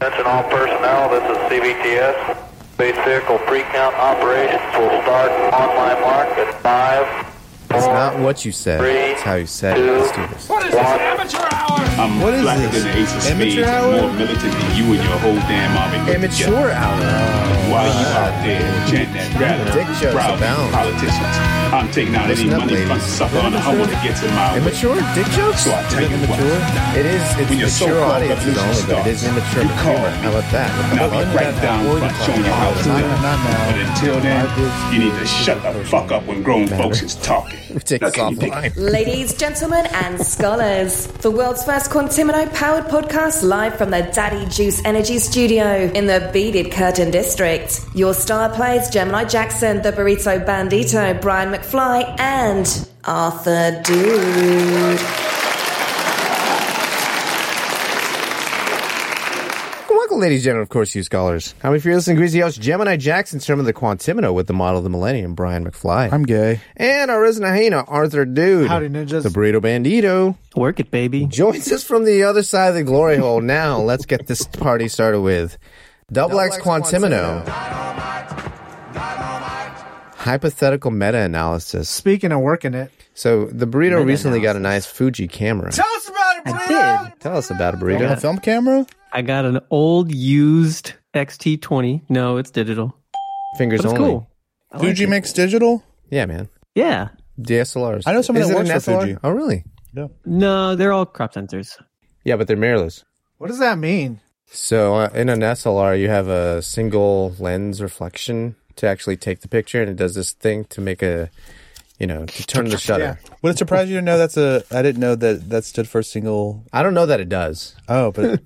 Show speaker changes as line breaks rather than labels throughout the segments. Attention all personnel, this is CBTS. Base vehicle pre-count operations will start on my mark at five,
It's
four,
not what you said.
Three,
It's how you said it. Let's do this.
What is this amateur hour?
I'm
What is
blacker
this?
than the ace of
Amateur
spades,
hour?
more militant than you and your whole damn army. put together.
Amateur hour.
While you out there chanting that rally,
Dick jokes
browbeating
abound.
politicians, I'm taking out any
Listen up,
money
ladies.
from sucker on the humble that gets in my way.
Immature dick jokes.
So I
Is
tell
it
you
immature.
what.
It is. It's
When your
mature
so-called
audiences only,
revolution
but it is
starts,
immature
you call
humor.
me.
How about that?
And I'll be right down front showing you how it's
Not-
done.
not now.
But until then, you need to shut the fuck up when grown folks is talking.
Take
Now,
us
can you dig-
offline.
Ladies, gentlemen, and scholars, the world's first Quantimino powered podcast live from the Daddy Juice Energy Studio in the Beaded Curtain District. Your star players Gemini Jackson, the Burrito Bandito, Brian McFly, and Arthur Dude.
Welcome, ladies and gentlemen, of course, you scholars. How many of you listening? Greasy House, Gemini Jackson, Sermon of the Quantimino with the model of the millennium, Brian McFly.
I'm gay.
and our resident hyena, Arthur Dude.
Howdy, ninjas.
The Burrito Bandito
Work it, baby.
joins us from the other side of the glory hole. Now, let's get this party started with Double X Quantimino. Hypothetical meta analysis.
Speaking of working it,
So, the burrito recently got a nice Fuji camera.
tell us about it,
I did.
Tell us about a
You got a
burrito.
film camera?
I got an old used XT20. No, it's digital.
Fingers
But it's
only.
cool. I like
Fuji
it.
makes digital.
Yeah, man.
Yeah.
DSLRs.
I know someone
Is
that
it
works
an
for
SLR?
Fuji.
Oh, really?
No, they're all crop sensors.
Yeah, but they're mirrorless.
What does that mean?
So uh, in an SLR, you have a single lens reflection to actually take the picture, and it does this thing to make a, you know, to turn the shutter.
Would it surprise you to know that's a? I didn't know that that stood for single.
I don't know that it does.
Oh, but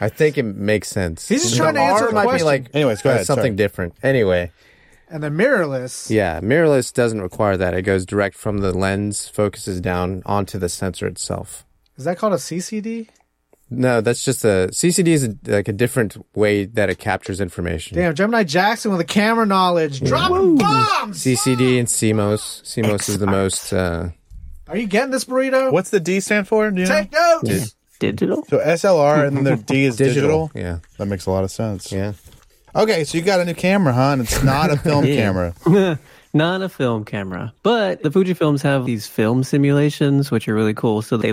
I think it makes sense.
He's just trying to answer
R
the
might be
question.
like,
Anyways, go
uh,
ahead,
something
sorry.
different. Anyway,
And the mirrorless.
yeah, mirrorless doesn't require that. It goes direct from the lens, focuses down onto the sensor itself.
Is that called a CCD?
No, that's just a CCD is a, like a different way that it captures information.
Damn, Gemini Jackson with the camera knowledge. Dropping bombs!
CCD and CMOS. CMOS is the most. Uh,
Are you getting this burrito?
what's the D stand for? Do you know?
Take notes!
Digital?
So SLR and then the D is digital.
Yeah.
That makes a lot of sense.
Yeah.
Okay, so you got a new camera, huh? And it's not a film camera.
Not a film camera. But the Fujifilms have these film simulations, which are really cool. So they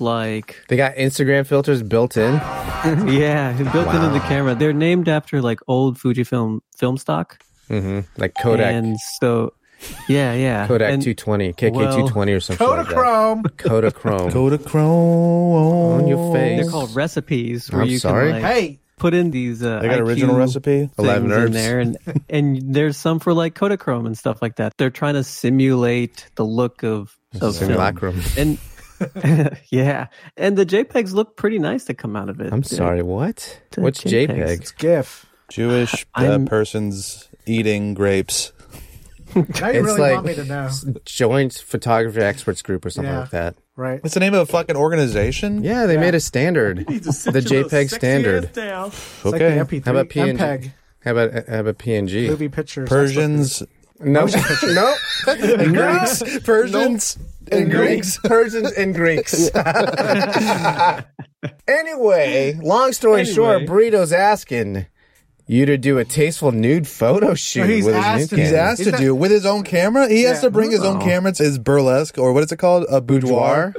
like,
They got Instagram filters built in.
yeah, built into the
Wow.
camera. They're named after like old Fujifilm film stock.
like Kodak
And so, yeah, yeah.
Kodak
and,
220, KK 220 or something like
Kodachrome!
that. Kodachrome.
Go to Chrome.
on your face.
They're called recipes where
I'm
you
sorry?
can like
Hey,
put in these. Uh,
They got
IQ
original recipe.
things
11 herbs.
in there, and and there's some for like Kodachrome and stuff like that. They're trying to simulate the look of of film.
Simulacrum.
and yeah, and the JPEGs look pretty nice that come out of it.
I'm
They're-
sorry, what?
They're
What's E
JPEGs.
JPEG?
it's GIF.
Jewish uh,
I'm-
persons eating grapes.
Now you
It's
really
like
want me to know.
Joint Photography Experts Group or something
Yeah.
like that.
Right.
What's the name of a fucking organization?
Yeah, they made a standard. The JPEG standard.
Okay.
It's like the
How about
MP3,
PNG?
MPEG,
How about uh, how about PNG?
E movie pictures.
Persians,
No, no,
Greeks, Persians, and Greeks.
Persians and Greeks. anyway, long story short, Burrito's asking you to do a tasteful nude photo shoot
he's
with his
asked
new
him-
He's
camera.
asked
Is
to
that-
do with his own camera. He has
Yeah.
to bring his
Oh.
own camera to his burlesque or what is it called? A boudoir.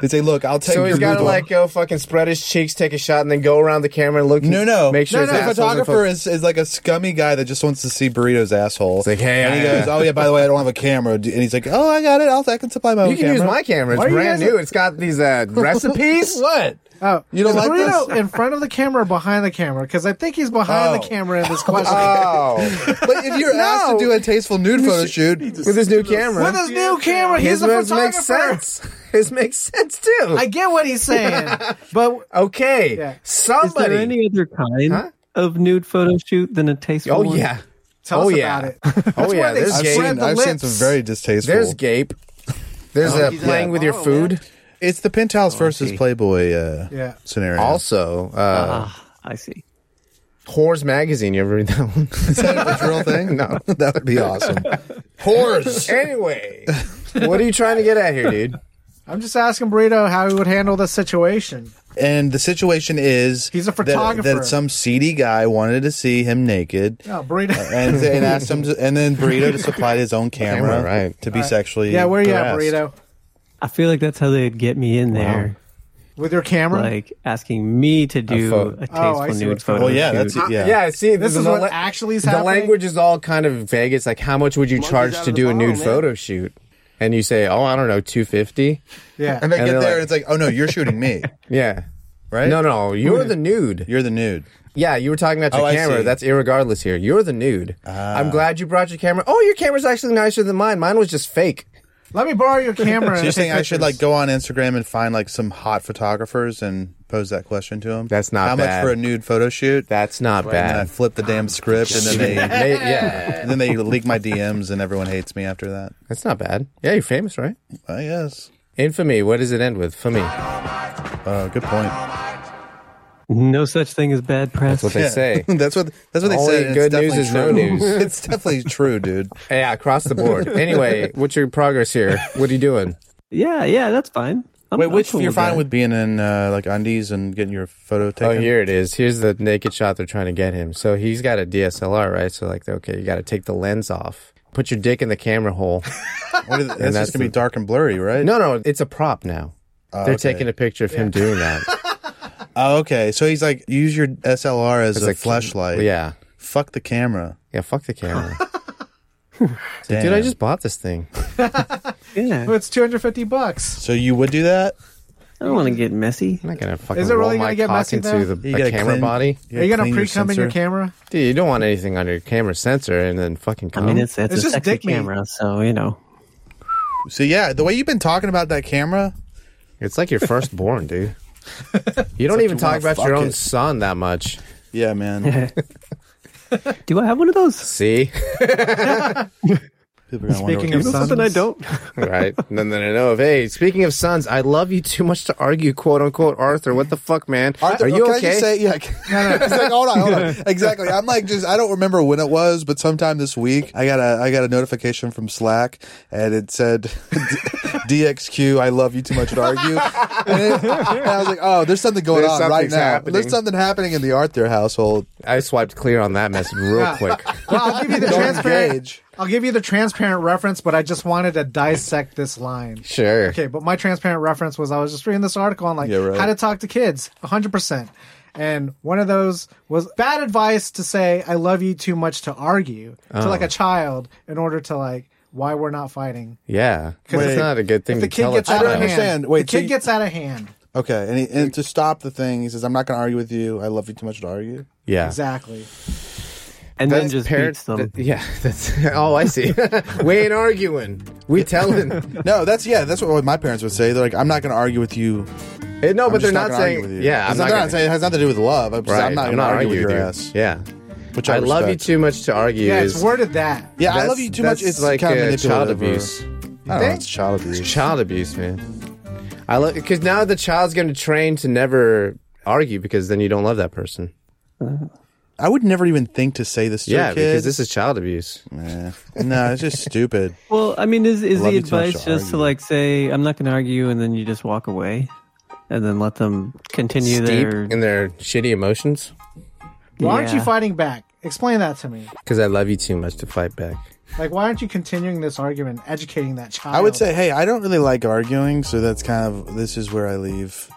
they say, "Look, I'll take."
So he's
your
got to
boudoir."
like go fucking spread his cheeks, take a shot, and then go around the camera and look.
No, no.
Make sure
no,
his
no. The
asshole's in
photographer
focus.
is, is like a scummy guy that just wants to see Burrito's asshole.
It's like, hey,
and he
I-
goes, "Oh yeah, by the way, I don't have a camera." And he's like, "Oh, I got it. I'll, I can supply my own
You can
camera."
use my camera.
Why are
It's
you
brand
guys-
new. It's got these uh, recipes.
what?
Oh,
You don't
is
like
burrito in front of the camera or behind the camera? Because I think he's behind
Oh.
the camera in this question.
Oh,
But if you're asked to do a tasteful nude photo shoot,
with his new camera.
With his new camera, he's
his
a
moves
photographer.
make sense. His makes sense too.
I get what he's saying, but
okay,
Yeah.
Is there
somebody.
any other kind of nude photo shoot than a tasteful?
oh
one?
yeah.
tell
oh
us
yeah.
about it.
Oh yeah.
why they
There's
I've,
spread
gape.
seen,
the
I've seen
lips.
some very distasteful.
There's gape. There's uh,
he's
playing
out.
with your food.
it's the penthouse
Oh,
versus Playboy uh,
Yeah.
scenario.
Also, uh,
Ah, I see.
Whores Magazine. You ever read that one?
Is that a real thing?
No.
that would be awesome. Whores.
anyway, what are you trying to get at here, dude?
I'm just asking Burrito how he would handle the situation.
And the situation is
He's a
that- That,
photographer.
some seedy guy wanted to see him naked.
Oh, burrito.
And, and asked him, to, and then Burrito supplied his own camera,
Camera, right.
to be sexually.
yeah, where you at,
harassed.
burrito?
I feel like that's how they'd get me in there,
With your camera?
like asking me to do
pho-
a, tasteful
Oh, I see
nude
what's going
photo.
on.
Well, yeah,
shoot.
that's yeah.
Yeah, see,
This
the
is what
la-
actually is
the
happening?
language is all kind of vague. It's like how much would you charge
out
to
of
do
the
a nude
bottle, man.
photo shoot? And you say, oh, I don't know, two fifty.
yeah.
And they
And
get
they're
there,
like-
and it's like, oh no, you're shooting me,
Yeah.
right?
No, no, you're the nude.
you're the nude.
yeah, you were talking about your
Oh, I see.
camera. That's irregardless here. You're the nude. I'm glad you brought your camera. Oh, your camera's actually nicer than mine. Mine was just fake.
Let me borrow your camera.
So
and
you're
take
saying I should
pictures.
like go on Instagram and find like some hot photographers and pose that question to them?
That's not
how
bad.
much for a nude photo shoot.
That's not
and I
bad.
flip the damn script, and then they
May- yeah,
and then they leak my DMs, and everyone hates me after that.
that's not bad. Yeah, you're famous, right?
I guess.
Infamy. What does it end with? For me,
Uh, good point.
no such thing as bad
that's
press.
what they say.
that's what that's what
Only
they said.
good
and it's
news is no
definitely
news.
true. it's definitely true, dude.
yeah, across the board. Anyway, what's your progress here? What are you doing?
yeah, yeah, that's fine. I'm,
Wait,
I'm
which
cool
you're fine
that.
with being in uh, like undies and getting your photo taken?
Oh, here it is. Here's the naked shot they're trying to get him. So he's got a DSLR, right? So like, okay, you got to take the lens off. Put your dick in the camera hole.
What is- that's,
that's
just gonna
the-
be dark and blurry, right?
No, no, it's a prop now. They're
okay.
taking a picture of him doing that.
Oh, okay. So he's like, use your SLR as
It's
a
like-
flashlight.
yeah,
Fuck the camera.
yeah. Fuck the camera,
Damn.
dude. I just bought this thing.
Oh,
Yeah,
It's 250 bucks.
So you would do that?
I don't want to get messy.
I'm not gonna fucking
Is it
roll
really
my
gonna get
cock
messy,
into
though?
the
You
a
gotta
camera
clean-
body.
Are you gonna
clean
pre cum in your
sensor?
camera?
Dude, you don't want anything on your camera sensor and then fucking
I
come.
mean, it's it's,
It's
a
just
sexy
dick meat.
camera, so you know.
So yeah, the way you've been talking about that camera,
It's like your firstborn, dude. You don't even talk
wanna
about
fuck
your own
it.
son that much.
yeah, man.
Do I have one of those?
See,
People are gonna wonder
Speaking
what
of
you-
sons,
Something I don't.
right? And then I know of. Hey, speaking of sons, I love you too much to argue, quote unquote. Arthur, what the fuck, man?
Arthur,
Are you
can I
okay?
just say, yeah, He's like, hold on, hold on. Exactly. I'm like, just I don't remember when it was, but sometime this week, I got a I got a notification from Slack, and it said, "DXQ, I love you too much to argue." And, it- and I was like, oh, there's something going
There's
on right
something's
now.
happening.
There's something happening in the Arthur household.
I swiped clear on that message real
Yeah.
quick.
Well, I'll give you the
Don't
transparent.
engage.
I'll give you the transparent reference, but I just wanted to dissect this line.
Sure.
Okay, but my transparent reference was I was just reading this article on like
Yeah, right.
how to talk to kids, 100%. And one of those was bad advice to say I love you too much to argue to
Oh.
like a child in order to like why we're not fighting.
Yeah, because
Wait.
it's not a good thing
If the
to
kid
tell
gets
a
out
child.
of hand,
understand. Wait,
the
so
kid
you-
gets out of hand.
Okay, and, he, and to stop the thing, he says, "I'm not going to argue with you. I love you too much to argue."
Yeah,
Exactly.
And then
That's
just
parent-
beats them.
th- yeah, that's oh, I see. we ain't arguing. We telling.
No, that's yeah, that's what my parents would say. They're like, "I'm not going to argue with you."
Hey, no,
I'm
but they're
just
not,
gonna argue with
saying.
you.
Yeah,
It's
I'm not,
not- they're
gonna,
not saying it has nothing to do with love. I'm, just-
right,
I'm not
I'm
going to
not
argue with
arguing
your
you.
ass.
Yeah,
Which
I love you
respect.
too much to argue.
Yeah,
is,
it's worded that.
Yeah, I
that's-
love you too much.
that's
It's
like
kind
uh,
of
child
manipulative or-
abuse.
I don't know,
think?
it's child abuse.
Child abuse, man. I love because now the child's going to train to never argue because then you don't love that person.
I would never even think to say this to
yeah,
a
because
kid.
this is child abuse.
Eh. no, it's just stupid.
Well, I mean, is is
Love
the
you too much
advice
to
just to
argue.
like say I'm not going to argue, and then you just walk away, and then let them continue their
Deep in their shitty emotions.
Why aren't you
Yeah.
fighting back? Explain that to me.
Because I love you too much to fight back.
Like, why aren't you continuing this argument, educating that child?
I would say, hey, I don't really like arguing, so that's kind of this is where I leave.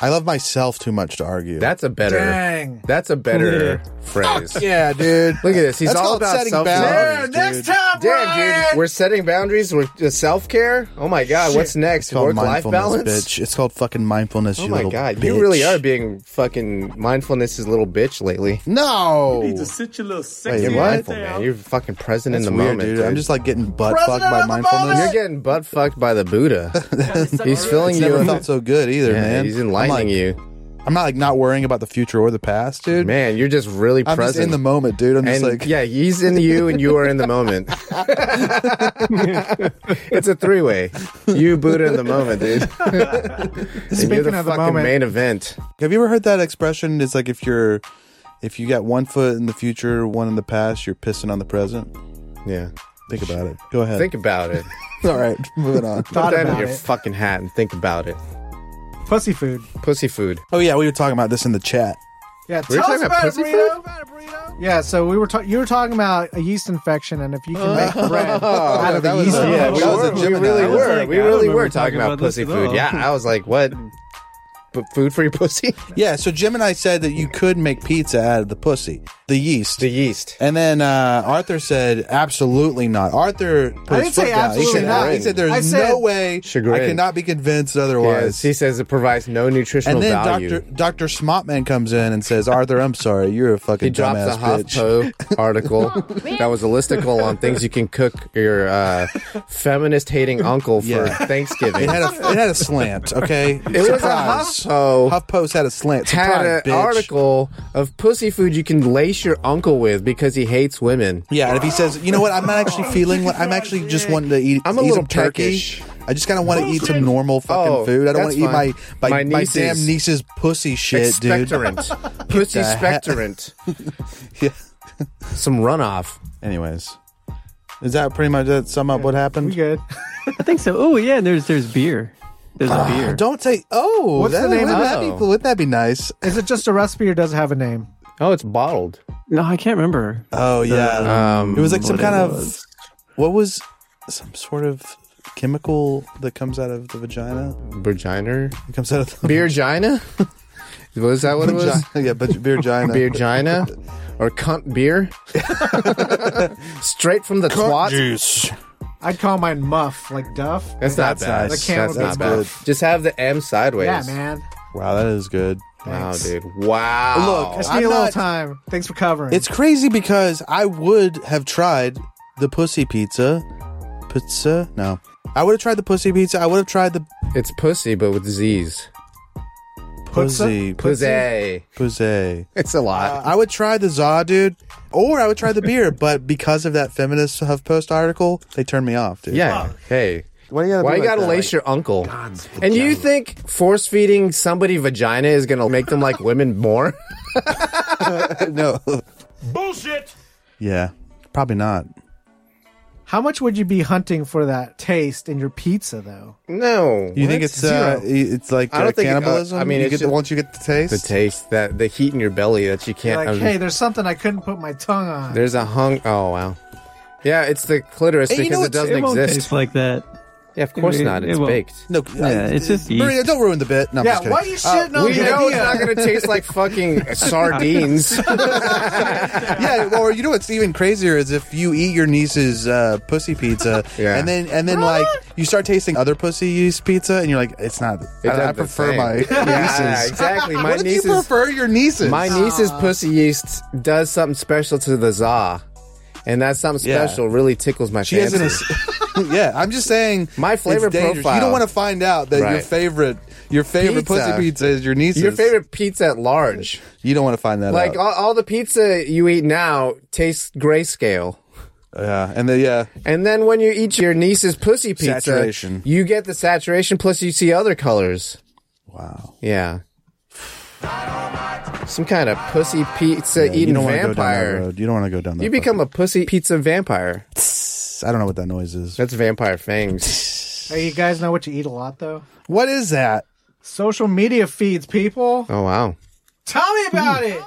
I love myself too much to argue.
That's a better.
Dang.
That's a better phrase.
yeah, dude.
Look at this. He's
That's
all
called
about
setting
self-
boundaries.
Yeah,
dude.
next time,
Damn, dude. We're setting boundaries with self care. Oh my god, what's next?
It's called
Work life
mindfulness,
balance.
bitch. It's called fucking mindfulness.
Oh
you
my
little
god,
bitch.
you really are being fucking mindfulness is little bitch lately.
No,
need to sit your little
Wait,
sexy
you're
right
mindful,
there.
Man, you're fucking present
that's
in the
weird,
moment,
dude. I'm just like getting butt
President
fucked by
of the
mindfulness.
You're getting butt fucked by the Buddha. he's filling
It's
you.
never
up.
felt so good either,
Yeah,
man.
He's enlightening
I'm like,
you,
I'm not like not worrying about the future or the past, dude.
man. You're just really
I'm
present
just in the moment, dude. I'm just
And
like,
yeah, he's in you, and you are in the moment. it's a three way. You Buddha in the moment, dude. and you're
Speaking
the
of the
fucking
moment.
main event.
Have you ever heard that expression? It's like if you're if you got one foot in the future, one in the past, you're pissing on the present.
Yeah.
Think about it. Go ahead.
Think about it.
All right, moving on.
Put
Thought
that in
about
your
it.
fucking hat and think about it.
Pussy food.
Pussy food.
Oh yeah, we were talking about this in the chat.
Yeah,
We're
tell us
talking about
about, it,
pussy
burrito.
food?
About it, burrito. Yeah, so we were ta- you were talking about a yeast infection and if you can make bread out of
Oh, that
the
was
yeast.
a-
Yeah,
that
we,
infection.
was
were,
a
we
Gemini.
really
I was
were.
like,
we
I don't
really
remember
were talking
talking
about,
about this
pussy
at
food.
all.
Yeah, I was like, what? B- food for your pussy?
Yeah, so Jim and I said that you could make pizza out of the pussy, the yeast.
the yeast.
and then uh, Arthur said, "Absolutely not." Arthur, put
I
his
didn't say
foot down.
absolutely
he said,
not.
He said,
I
"There's
said-
no way.
Chagrin.
I cannot be convinced otherwise."
Yes, he says it provides no nutritional
and then
value.
Doctor Doctor Smotman comes in and says, "Arthur, I'm sorry, you're a fucking
he drops
dumbass
a
bitch."
HuffPo article that was a listicle on things you can cook your uh, feminist-hating uncle for
Yeah.
Thanksgiving.
It had a it had a slant. Okay,
It was a
Surprise.
HuffPo.
HuffPo's had a slant.
had
Surprise,
an
bitch.
article of pussy food you can lace your uncle with because he hates women.
Yeah, and if he says, you know what, I'm not
Oh,
actually feeling. Like, I'm actually just wanting to eat.
I'm a
eat
little
some turkey.
Turkish.
I just kind of want to eat some normal fucking
Oh,
food. I don't want
that's
to eat my my,
fine.
my,
My
damn
niece's-
niece's pussy shit, dude.
Expectorant. pussy
the heck-
expectorant.
Yeah.
Some runoff.
Anyways, is that pretty much that sum up what happened?
We good.
I think so. Oh yeah, and there's there's beer. There's a beer.
Don't say. Oh,
What's
that,
the name
would
of
that
it?
be cool? Would that be nice?
Is it just a recipe or does it have a name?
Oh, it's bottled.
No, I can't remember.
Oh yeah,
Um,
it was like some
what
kind
it
of
was.
what was some sort of chemical that comes out of the vagina.
Virginer?
It comes out of the
Beergina? was that what it was?
vagina. Yeah, but vagina.
Beergina? Or cunt beer? Straight from the twat?
juice.
I'd call mine Muff, like Duff.
That's not
That's
bad.
nice.
The can
That's,
would
that's
be
good.
bad.
Just have the M sideways.
Yeah, man.
Wow, that is good.
Wow, dude. Wow.
Look,
Just need
I'm
a little
not-
time. Thanks for covering.
It's crazy because I would have tried the pussy pizza. Pizza? No. I would have tried the pussy pizza. I would have tried the
it's pussy, but with Z's.
pussy.
Pussy.
Pussy.
It's a lot.
I would try the za, dude. Or I would try the beer, but because of that feminist HuffPost article, they turned me off, dude.
yeah. Hey.
Why do you gotta,
Why
be
you
like
gotta
that?
lace
Like,
your uncle? and you think force feeding somebody vagina is gonna make them like women more?
no.
Bullshit!
yeah. Probably not.
How much would you be hunting for that taste in your pizza, though?
No.
You think it's
Zero.
uh, it's like
I don't
uh,
think it- uh,
cannibalism?
I mean,
you
it's
get the,
just-
once you get the taste,
the taste that the heat in your belly that you can't.
Like,
um,
hey, there's something I couldn't put my tongue on.
there's a hung. Oh wow. Yeah, it's the clitoris
Hey, you
because
know
it
what's-
doesn't
it won't
exist.
taste like that.
yeah, of course
it-
not.
it
It's
won't.
baked.
No,
Yeah, it's just
Maria,
yeast.
don't ruin the bit. No, I'm
yeah,
just kidding. Uh,
why are you shitting on
we
the
know it's
idea?
not going to taste like fucking sardines.
yeah, well, or you know what's even crazier is if you eat your niece's uh, pussy pizza,
Yeah.
and then and then like you start tasting other pussy yeast pizza, and you're like, it's not.
It
I, I
doesn't
prefer
say.
my
yeah,
nieces.
exactly. My
what if you
nieces.
prefer your nieces?
My niece's pussy yeast does something special to the za, and that something
Yeah.
special really tickles my
She
fancy.
isn't. A, yeah, I'm just saying.
My
it's
flavor
dangerous. You
profile.
don't want to find out that your
Right.
favorite your favorite
Pizza.
pussy pizza is your niece's.
Your favorite pizza at large,
You don't want to find that
like
out.
all, all the pizza you eat now, tastes grayscale. uh,
yeah, and then yeah,
And then when you eat your niece's pussy pizza,
Saturation.
you get the saturation plus you see other colors.
wow.
Yeah. Some kind of pussy pizza
Yeah, you
eating
don't wanna Go down that
vampire.
road. You don't want to go down that.
You become a pussy pizza vampire.
I I don't know what that noise is.
That's vampire fangs.
Hey, you guys know what you eat a lot, though?
What is that?
Social media feeds, people.
Oh wow.
Tell me about it.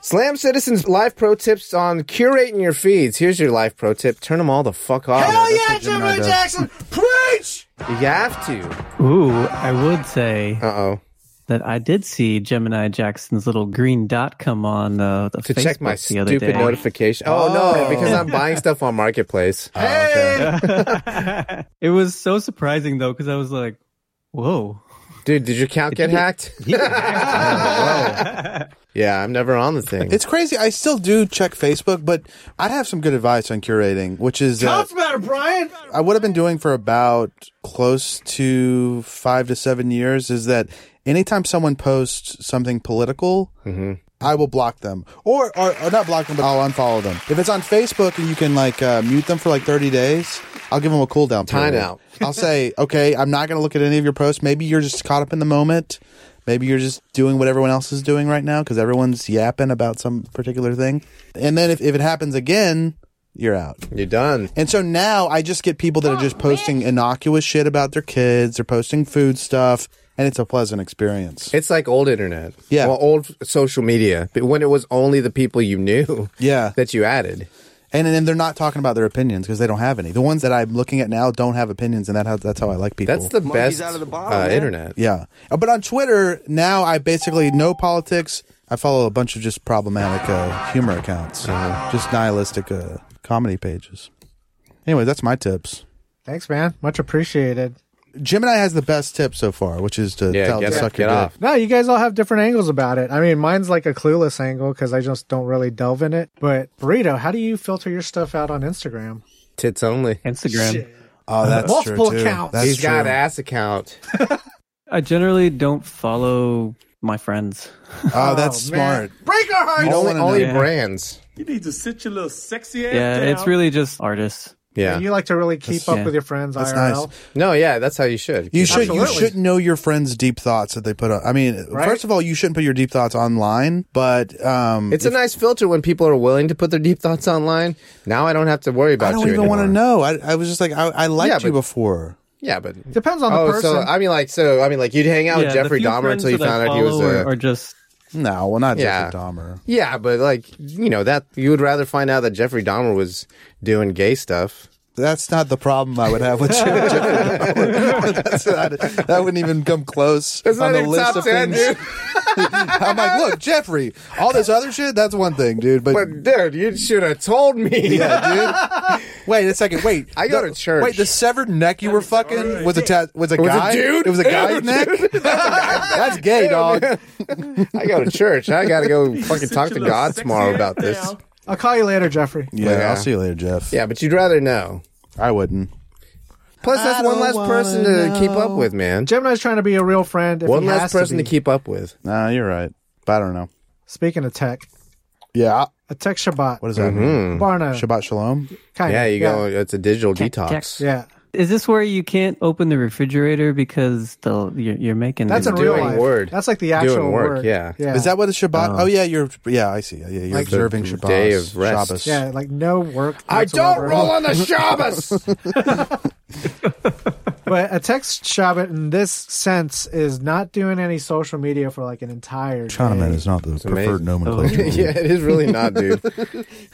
Slam Citizens life pro tips on curating your feeds. Here's your life pro tip. Turn them all the fuck off.
Hell yeah,
what Gemini
Gemini
does.
Jackson. Preach.
You have to.
Ooh, I would say
Uh oh.
that I did see Gemini Jackson's little green dot come on uh, the
To
Facebook
check my
the other
stupid
day.
notification. Oh, no, because I'm buying stuff on Marketplace.
Oh,
Hey.
it was so surprising though, because I was like, "Whoa,
Dude, did your account get hacked? Yeah, I'm never on the thing.
It's crazy. I still do check Facebook, but I have some good advice on curating, which is uh,
What's the matter, Brian?
I would have been doing for about close to five to seven years. Is that anytime someone posts something political, I will block them or, or or not block them, but I'll unfollow them. If it's on Facebook and you can like uh, mute them for like thirty days, I'll give them a cool down period.
Timeout.
I'll say, okay, I'm not going to look at any of your posts. Maybe you're just caught up in the moment. Maybe you're just doing what everyone else is doing right now because everyone's yapping about some particular thing. And then if, if it happens again, you're out.
You're done.
And so
Oh,
now I just get people that are just posting innocuous shit about their kids. They're posting food stuff. and it's a pleasant experience.
It's like old internet.
Yeah.
Well, old social media. But when it was only the people you knew
Yeah.
that you added.
And then they're not talking about their opinions because they don't have any. The ones that I'm looking at now don't have opinions, and that how, that's how I like people.
That's the
Monkey's
best
out of the bottle,
uh,
man.
internet.
yeah. Uh, But on Twitter now, I basically no politics. I follow a bunch of just problematic uh, humor accounts, just nihilistic uh, comedy pages. Anyway, that's my tips.
Thanks, man. Much appreciated.
Gemini has the best tip so far, which is to
Yeah,
tell
get,
to suck
get
your dick.
off.
No, you guys all have different angles about it. I mean, mine's like a clueless angle because I just don't really delve in it. But burrito, how do you filter your stuff out on Instagram?
Tits only.
Instagram.
Oh, that's
Multiple
true,
accounts.
Too.
He's
That's
got
true.
an ass account.
I generally don't follow my friends.
Oh, that's
Oh, man.
smart.
Break our hearts.
Don't
only
wanna
only
know.
brands.
You need to sit your little sexy ass
Yeah,
down.
it's really just artists.
Yeah.
And you like to really keep
That's-
up
yeah.
with your friends
That's
IRL.
nice.
no, yeah, that's how you should.
You should you
Absolutely.
should know your friends' deep thoughts that they put on. I mean,
Right?
first of all, you shouldn't put your deep thoughts online, but um,
It's a nice filter when people are willing to put their deep thoughts online. Now I don't have to worry about
I don't
you
even want to
anymore.
know. I, I was just like, I, I liked
Yeah,
you
but-
before.
Yeah, but
Depends on the
oh,
person.
so I mean, like, so I mean, like, you'd hang out
Yeah,
with
the
Jeffrey
few
Dahmer
friends
until you
that I
found out he was
follow
a.
Are, are just
No, well, not
Yeah.
Jeffrey Dahmer.
yeah, but like, you know, that you would rather find out that Jeffrey Dahmer was doing gay stuff.
That's not the problem I would have with Jeffrey Dahmer. That's not- that wouldn't even come close on the list of things.
dude.
I'm like, look, Jeffrey, all this other shit, that's one thing, dude. But,
But dude, you should have told me.
yeah, dude. Wait a second. Wait,
I go
The-
to church.
Wait, the severed neck you were fucking was a ta- was a
was a
guy.
dude?
It was a
Ew,
guy's
dude.
neck. That's gay, dog.
I go to church. I gotta go fucking
Sit
talk to
your little
God
sexy
tomorrow
ass
about this.
down.
I'll call you later, Jeffrey.
Yeah,
Yeah.
I'll see you later, Jeff.
Yeah, but you'd rather know.
I wouldn't.
Plus, that's
I
one
don't
less
wanna
person to keep up
know.
with, man.
Gemini's trying to be a real friend. If
One
he
less
has
person
to,
to
be.
keep up with.
Nah, you're right. But I don't know.
Speaking of tech,
Yeah.
a tech Shabbat.
What does that mean?
Barna.
Shabbat shalom.
Kinda,
Yeah, you go. It's a digital detox.
text.
Yeah.
Is this where you can't open the refrigerator because the you're, you're making
That's
the-
in real
doing
life.
word.
That's like the
Doing
actual
work,
word.
yeah.
yeah.
Is that what a Shabbat? oh yeah, you're. Yeah, I see. Yeah, you're
Like the
observing
day
Shabbat.
of rest.
Shabbos.
Yeah, like no work.
I don't
whatsoever.
roll on the Shabbos.
But a text Shabbat in this sense is not doing any social media for like an entire
Kahneman
day.
is not the preferred
amazing.
nomenclature.
yeah, it is really not, dude.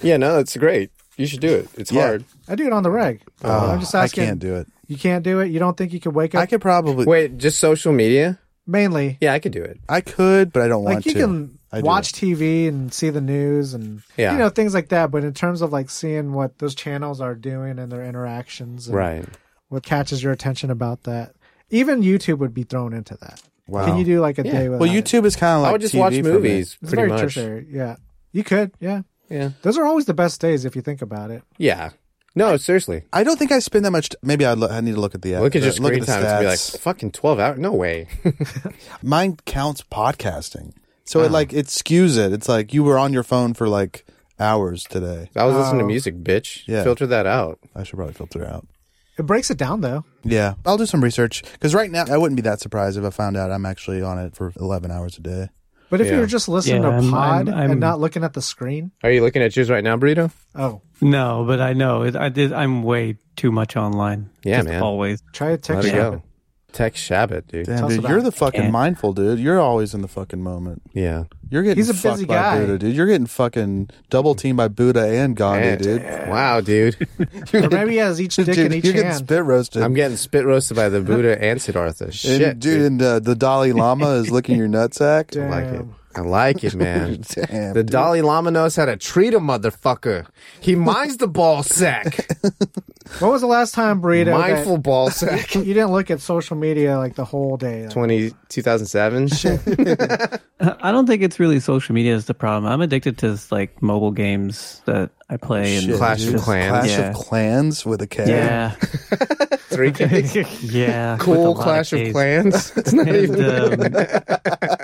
yeah, no, it's great. You should do it. It's
Yeah.
hard.
I do it on the reg. I'm just
Uh, I
asking.
can't do it.
You can't do it. You don't think you could wake up?
I could probably.
Wait, just social media?
mainly.
Yeah, I could do it.
I could, but I don't want
Like you
to.
can
I do.
watch TV and see the news and
Yeah.
you know things like that. But in terms of like seeing what those channels are doing and their interactions, and
Right.
What catches your attention about that? Even YouTube would be thrown into that.
Wow.
Can you do like a day without
Well,
it?
YouTube is kind of like
I would just
TV
watch
for me.
movies,
It's
pretty
very
much.
tertiary. Yeah, you could. Yeah,
Yeah.
those are always the best days if you think about it.
Yeah. No, seriously.
I don't think I spend that much. T- Maybe I, lo- I need to look at the
Look at your
the-
screen
the
time and be like,
stats.
fucking 12 hours? No way.
mine counts podcasting, so
Ah.
it like it skews it. It's like you were on your phone for like hours today.
I was listening to music, bitch.
Uh, Yeah.
Filter that out.
I should probably filter it out.
It breaks it down though.
Yeah, I'll do some research because right now I wouldn't be that surprised if I found out I'm actually on it for 11 hours a day.
But if
Yeah.
you were just listening
Yeah,
to
I'm-
pod
I'm- I'm-
and not looking at the screen,
Are you looking at yours right now, Burrito?
oh,
No, but I know it, I did. I'm way too much online.
Yeah,
Just
man.
Always.
try a text.
Let it
app.
go. Tech Shabbat, dude.
Damn,
Tell us
dude,
about
you're
it.
the fucking
Yeah.
mindful dude. You're always in the fucking moment.
Yeah.
You're getting
He's a
fucked
busy
by
guy.
Buddha, dude. You're getting fucking double teamed by Buddha and Gandhi,
Man,
dude.
Wow, dude.
Or maybe he has each dick
Dude,
in each
you're getting
hand.
spit roasted.
I'm getting spit roasted by the Buddha and Siddhartha. Shit.
and, dude, and uh, the Dalai Lama is licking your nutsack.
I like it. I like it, man.
Damn,
the
dude.
Dalai Lama knows how to treat a motherfucker. He minds the ball sack.
When was the last time burrito? that
Mindful ball sack.
you didn't look at social media like the whole day. Like,
20, 2007.
I don't think it's really social media is the problem. I'm addicted to like mobile games that I play. and
Shit,
Clash of
dude.
Clans.
Clash
Yeah.
of Clans with a K.
Yeah,
Three kids.
yeah. with a
Cool
lot
Clash of
Ks.
Clans. It's not
And, uh,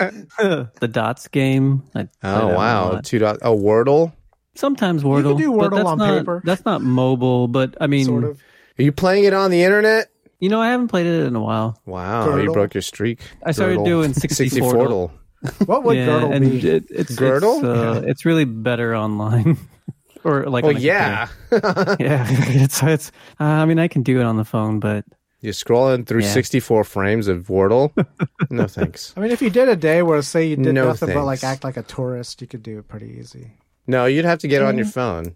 even.
um, the dots game. I played that
Oh,
one a
wow.
lot.
Two dot. Oh, Wordle.
Sometimes Wordle.
do
but
Wordle
that's
on
not-
paper.
That's not mobile, but I mean,
sort of.
Are you playing it on the internet?
you know, I haven't played it in a while.
Wow, you
Girdle?
broke your streak.
I started
Girdle.
doing
64
64.
What would girdle
and
be?
It, it's
Girdle?
It's, uh, it's really better online, or like.
Well,
on a
yeah.
computer. yeah. It's, it's. Uh, I mean, I can do it on the phone, but
You're scrolling through
Yeah.
64 frames of Wordle. no thanks.
I mean, if you did a day where say you did
No
nothing but like
thanks.
act like a tourist, you could do it pretty easy.
No, you'd have to get it on your phone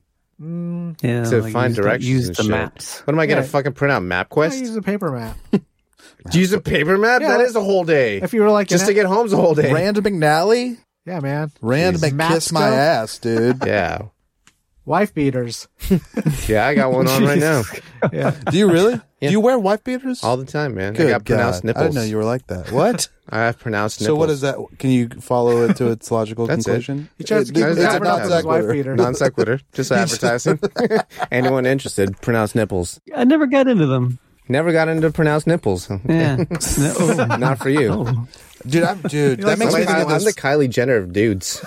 Yeah,
to
like,
find
use the-
directions.
Use
and
the
shit.
maps.
What am I gonna
Yeah.
fucking print out
I
MapQuest?
use a paper map.
Do you use a paper map?
Yeah,
that
like-
is a whole day.
If you were like
just
an-
to get home's a whole day.
Rand McNally?
yeah, man,
Rand
Jesus.
McKiss my
Maxco?
ass, dude.
Yeah,
wife beaters.
yeah, I got one on right now
Yeah,
Do you really? Do you wear wife beaters?
all the time, man.
Good
I got pronounced
God.
nipples.
I didn't know you were like that. What?
I have pronounced nipples.
so what is that? Can you follow it to its logical
That's it.
conclusion?
he tries to
It-
keep
it's
it,
a
it's
non
his wife
sequitur.
beater.
Non sequitur, just advertising. Anyone interested, pronounce nipples.
I never got into them.
Never got into pronounced nipples.
Yeah. No. Oh.
Not for you.
Oh. Dude, I'm, dude, that
like
makes
I'm,
me
like,
think of
I'm the
this.
Kylie Jenner of dudes.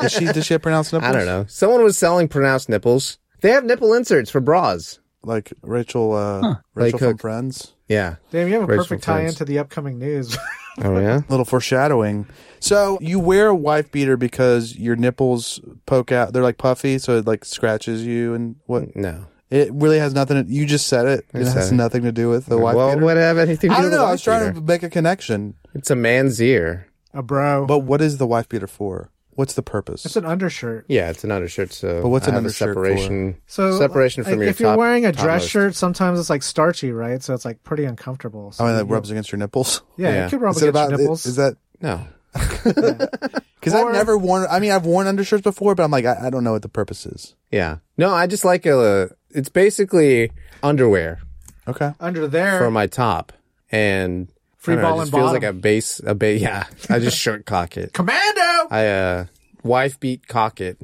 Does she, does she have pronounced nipples?
I don't know. Someone was selling pronounced nipples. They have nipple inserts for bras.
Like Rachel, uh,
Like
Rachel from
Hook.
Friends.
Yeah.
Damn, you have a
Rachel
perfect tie
Friends.
into the upcoming news.
Oh yeah.
Little foreshadowing. So you wear a wife beater because your nipples poke out. They're like puffy, so it like scratches you and what?
No.
It really has nothing. To, you just said it. It
Mm. said
has
it.
nothing to do with the wife
well,
beater.
what have anything to do
I don't
with
know.
a
I was
wife
trying
beater?
to make a connection.
It's a man's ear.
a bro,
But what is the wife beater for? What's the purpose?
it's an undershirt.
Yeah, it's an undershirt. So,
But what's
I
an
have a
undershirt for?
separation?
So
separation from
like,
your.
if you're
top-
wearing a dress
topmost.
shirt, sometimes it's like starchy, right? So it's like pretty uncomfortable. So
oh, and that
you-
rubs against your nipples.
Yeah,
Yeah.
it could rub
Is it
against
about?
your nipples.
Is that?
no,
Because I've
Or-
never worn. I mean, I've worn undershirts before, but I'm like, I, I don't know what the purpose is.
yeah, no. I just like a. It's basically underwear
Okay.
under there?
for my top and
Free
I don't know,
ball
it just
and
feels
bottom.
like a base. A base. Yeah, I just shirt cock it.
Commando.
I uh, wife beat cock it.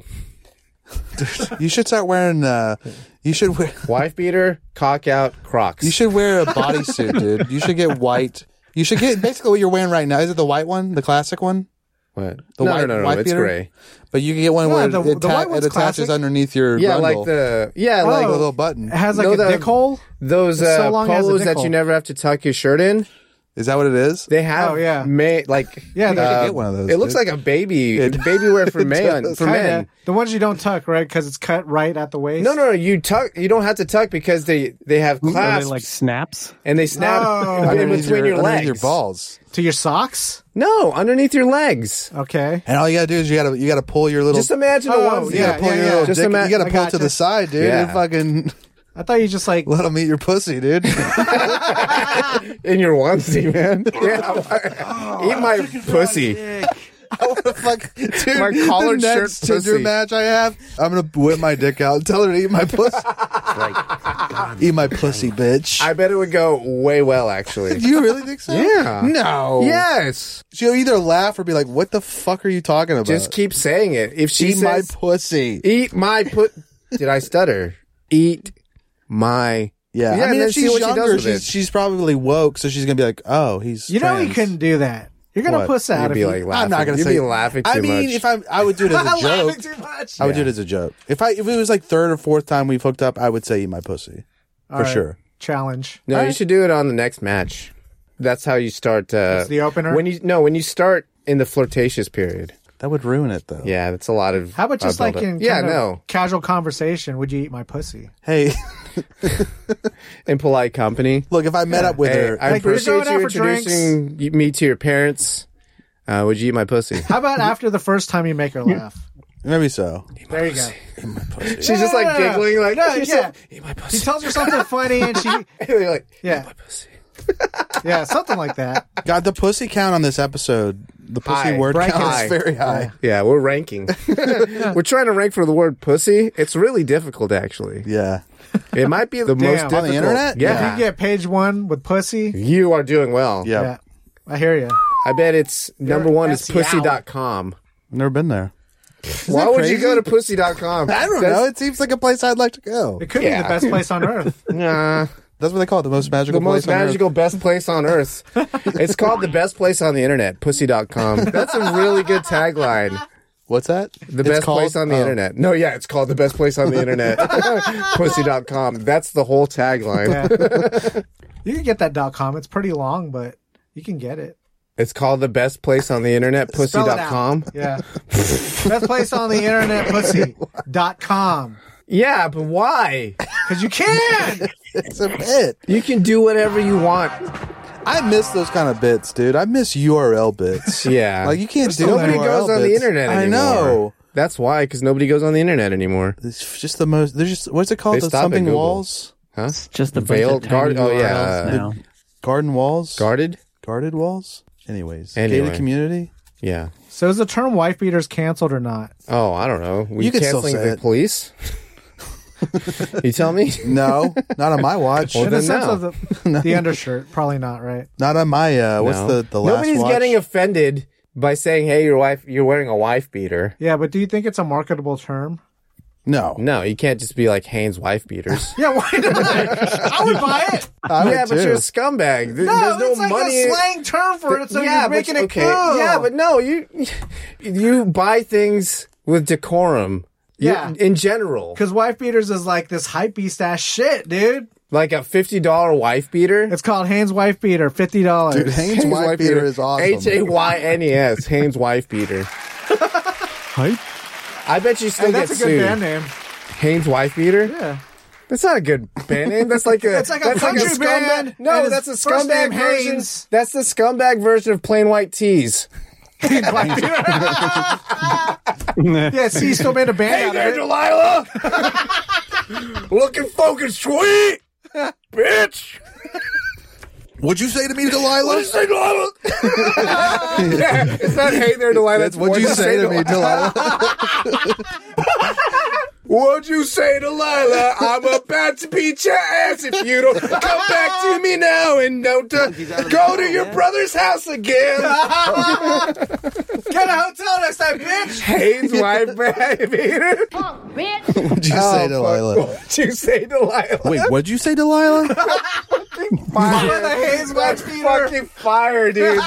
You should start wearing. uh You should wear.
Wife beater, cock out, Crocs.
You should wear a bodysuit, dude. You should get white. You should get basically what you're wearing right now. Is it the white one, the classic one?
What?
The
no,
white-
no, no, no.
wife
It's
beater?
gray.
But you can get one
Yeah,
where
the-
it,
the
atta-
white
it
one's
attaches
classic.
underneath your
Yeah,
bundle.
like the yeah, like
Like a
Oh.
little button.
It has like
No,
a
the-
dick hole.
those
It's
uh,
so long, it has a
polos
dick
that
hole.
you never have to tuck your shirt in.
Is that what it is?
They have
Oh, yeah.
May like
Yeah, they-
You should
uh,
get one of those,
It looks
dude.
like a baby baby wear for men for
Kinda.
men.
Oh, The ones you don't tuck, right? Because it's cut right at the waist.
No, no, no. You tuck. You don't have to tuck because they they have
Are they
clasps
like snaps?
and they snap
Oh.
in
Underneath
between your,
underneath
legs.
your balls.
To your socks.
No, underneath your legs.
Okay.
And all you gotta do is you gotta you gotta pull your little
Just imagine a
Oh,
onesie.
you
yeah,
gotta pull your little
Just
dick.
ima-
you gotta
I
pull it to
gotcha.
the side, dude.
Yeah.
And fucking
I thought you just like
let them eat your pussy, dude.
in your onesie, man. Yeah,
Oh,
eat my pussy.
I want to fuck, dude.
My
the
collared shirt
next Tinder
pussy.
match I have, I'm gonna whip my dick out and tell her to eat my pussy. eat my pussy, bitch.
I bet it would go way well, actually.
do you really think so?
Yeah.
No.
yes.
She'll either laugh or be like, "What the fuck are you talking about?"
Just keep saying it. If she
eat my
says,
pussy.
"Eat my put," did I stutter? Eat my.
Yeah.
Yeah,
I
and
mean,
then
if
see
she's
what she does
younger,
with
she's,
it.
she's probably woke, so she's gonna be like, "Oh, he's."
you know
trans.
you couldn't do that. You're gonna
What?
puss
You'd
out
be
if
like
you.
laughing.
I'm not gonna
You'd
say
be laughing too
I mean,
much.
if I I would do it as a joke.
laughing too much.
I would do it as a joke. If I if it was like third or fourth time we've hooked up, I would say eat my pussy for sure.
Challenge.
No, you should do it on the next match. That's how you start. Uh,
the opener?
When you no, when you start in the flirtatious period.
That would ruin it though.
Yeah, that's a lot of.
How about
uh,
just like
buildup.
in
yeah,
kind of
no,
casual conversation? Would you eat my pussy?
Hey,
in polite company.
look, if I met up with
Hey,
her,
I
Like, we're
appreciate
going
you
out for drinks.
introducing y- me to your parents. Uh, would you eat my pussy?
How about after the first time you make her laugh?
maybe so.
There you go.
She's just like
Yeah.
giggling, like
No,
"She's
yeah.
so- eat my
He
pussy.
tells her something funny, and she
You're like
yeah,
my pussy.
yeah, something like that.
God, the pussy count on this episode, the pussy
High.
word
Break
count
high.
is very high.
Yeah, we're ranking. we're trying to rank for the word pussy. It's really difficult, actually.
Yeah.
It might be the most
On
difficult.
the
internet?
Yeah.
If you get page one with pussy,
You are doing well.
yeah,
yeah, I hear you.
I bet it's number one is
that's yow.
pussy.com.
Never been there.
Why
that
would you
crazy?
go to pussy.com?
I don't know. It seems like a place I'd like to go.
It could
Yeah.
be the best place on earth.
Nah,
That's what they call it, the most magical
the most
place on earth.
magical, best place on earth. it's called the best place on the internet, pussy.com. That's a really good tagline.
What's that?
The best place on the
oh.
internet. No, yeah, it's called the best place on the internet, pussy.com. That's the whole tagline.
Yeah. you can get that dot com. It's pretty long, but you can get it.
It's called the best place on the internet,
Spell it out.
pussy.com.
Yeah. Best place on the internet, pussy. Dot com.
Yeah, but why?
because you can.
It's a bit.
You can do whatever you want.
I miss those kind of bits, dude. I miss URL bits.
Yeah.
Like you can't do
nobody
URL
goes on the
bits.
internet anymore.
I know.
That's why, because nobody goes on the internet anymore.
It's just the most. There's just what's it called?
They
The
stop at
something
Google.
walls,
Huh?
Just the
Veiled
veiled
guard-
guard.
oh, yeah.
Now.
garden walls,
Guarded?
guarded walls. Anyways,
Anyway.
gated community.
Yeah.
so is the term "wife beaters" canceled or not?
Oh, I don't know. Were you,
You could still
canceling
say
the
it.
police? you tell me?
No, not on my watch.
Well,
In the
then
sense
no.
of the, the undershirt, probably not. Right?
not on my. Uh, what's
No.
the the last?
Nobody's
watch?
getting offended by saying, "Hey, your wife, you're wearing a wife beater."
Yeah, but do you think it's a marketable term?
no.
No, you can't just be like Haynes wife beaters.
Yeah, why not? I would buy it.
I would
yeah, but
too.
you're a scumbag. There-
No,
Uh, There's no
it's like
money.
a slang term for it. So you're making
but,
it
okay.
cool.
Yeah, but no, you you buy things with decorum. You-
Yeah.
in general,
because wife beaters is like this hype beast ass shit, dude.
like a fifty dollar wife beater.
It's called Haynes wife beater, fifty
Dude,
dollars.
Haynes White Beater is awesome.
H a y n e s. Haynes wife beater. I bet you still
Hey,
get
that's a good
sued.
band name.
Haynes wife beater.
Yeah.
That's not a good band name. That's like a
It's like a
that's
country band,
scumbag. No,
and his
that's a
first
scumbag
name
version.
Haynes.
That's the scumbag version of plain white tees.
Black Peter. yeah, see, he still made a band out of it.
Delilah. Looking fucking sweet, bitch.
What'd you say to me, Delilah?
Say Delilah. yeah, it's not hey there, Delilah.
That's what'd you say to me, Delilah?
What'd you say, Delilah? I'm about to beat your ass if you don't come back to me now and don't uh, go to your brother's house again.
Get a hotel next time, bitch.
Haynes wife beater.
What'd you say, Delilah?
What'd you say, Delilah?
Wait, what'd you say, Delilah?
Fire the Haynes wife
That's
beater.
fucking fire, dude.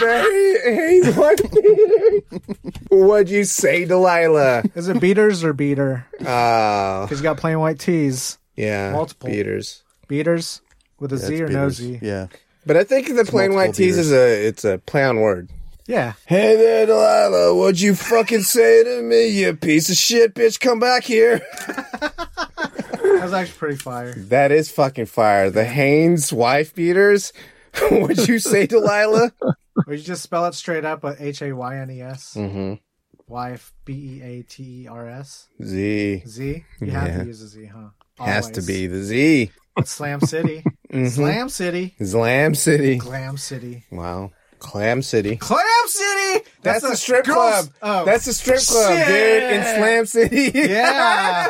Haynes wife beater. What'd you say, Delilah?
Is it beaters or beater?
Oh,
He's got plain white tees.
yeah.
Multiple.
beaters.
Beaters with a Z or no
Beaters.
Z.
Yeah.
But I think the plain
multiple
white tees
beaters.
is a it's a play on word.
Yeah.
Hey there, Delilah. What'd you fucking say to me, you piece of shit, bitch? Come back here.
That was actually pretty fire.
That is fucking fire. The Haynes wife beaters. What'd you say, Delilah?
Or you just spell it straight up with H A Y N E S.
Mm-hmm.
Wife B E A T E R S.
Z
Z. You have
Yeah.
to use a Z, huh?
has to
Always.
be Mm-hmm. the Z.
Slam City. Slam City.
Zlam City.
Glam City.
Wow. Clam City.
Clam City!
That's,
a
a strip club.
girls- Oh.
That's a strip club,
Shit.
dude, in Slam City.
Yeah.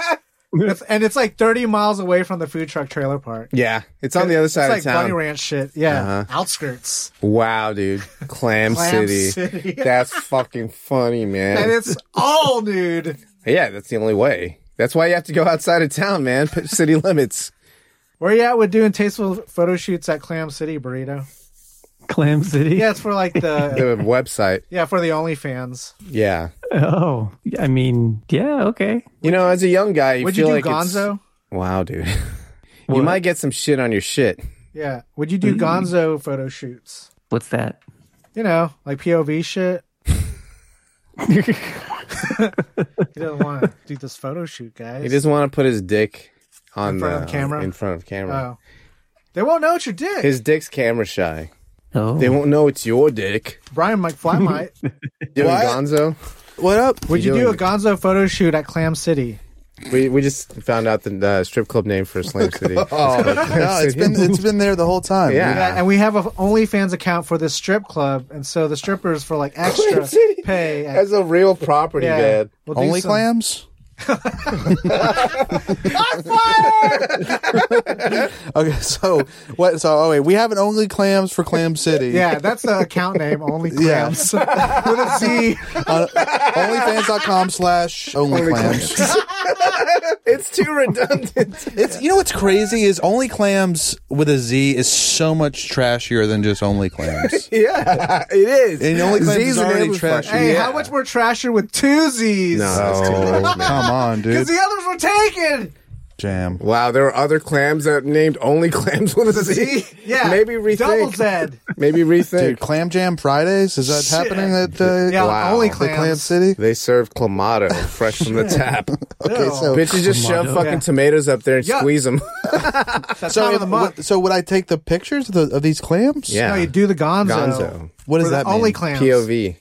It's- and it's like 30 miles away from the food truck trailer park.
yeah. It's on the other
It's
side
like
of town.
Bunny Ranch shit. Yeah.
Uh-huh.
Outskirts.
Wow, dude. Clam,
Clam
City.
City.
that's fucking funny,
And
man.
it's all nude.
Yeah, that's the only way. That's why you have to go outside of town, man. Put city limits.
Where you at with doing tasteful photo shoots at Clam City Burrito?
Clam City.
Yeah, it's for like the
The website.
yeah for the OnlyFans.
Yeah.
Oh, I mean, yeah, okay.
You know, as a young guy, you
Would you
feel
do
like it's-
Gonzo?
Wow, dude. you might get some shit on your shit.
Yeah. Would you
Mm-hmm.
do Gonzo photo shoots?
What's that?
You know, like POV shit. He doesn't want to do this photo shoot, guys.
He doesn't want to put his dick on
In front
the
of camera?
In front of camera.
Oh, they won't know what you did.
His dick's camera shy.
oh,
They won't know it's your dick.
Brian McFly might.
Doing
What?
Gonzo.
What up?
Would you
doing
do a
it.
Gonzo photo shoot at Clam City?
We we just found out the uh, strip club name for Slam City.
No, it's been it's been there the whole time.
Yeah.
Yeah, and we have an OnlyFans account for this strip club, and so the strippers for like extra
City.
pay. at-
That's a real property,
yeah,
man.
we'll do
Only
some-
clams. okay, so what? So oh wait, we have an only clams for Clam City.
Yeah, that's the account name. Only
Yeah.
clams with a Z.
on onlyfans.com slash only clams.
It's too redundant.
It's you know what's crazy is only clams with a Z is so much trashier than just only clams.
yeah, it is.
And only claims is
an
already
English
trashy.
fucking-
Hey,
yeah.
how much more trasher with two Z's?
No, man.
Oh, Come on, dude.
Because the others were taken.
Jam.
Wow, there are other clams that named only clams with a Z.
Yeah,
maybe rethink.
Double Zed.
Maybe rethink.
Dude, Clam Jam Fridays is that
Shit.
happening at uh,
Yeah,
Wow.
only
the Clam
clams.
City?
They serve clamato fresh from the tap.
Okay, so
Bitches just shove
Clamato?
fucking
Yeah.
tomatoes up there and
Yeah.
squeeze them.
That's top
so, if-
of the month.
what- so would I take the pictures of, the, of these clams?
Yeah.
No, you do the Gonzo.
Gonzo.
What does
We're the
that mean?
Only clams.
POV.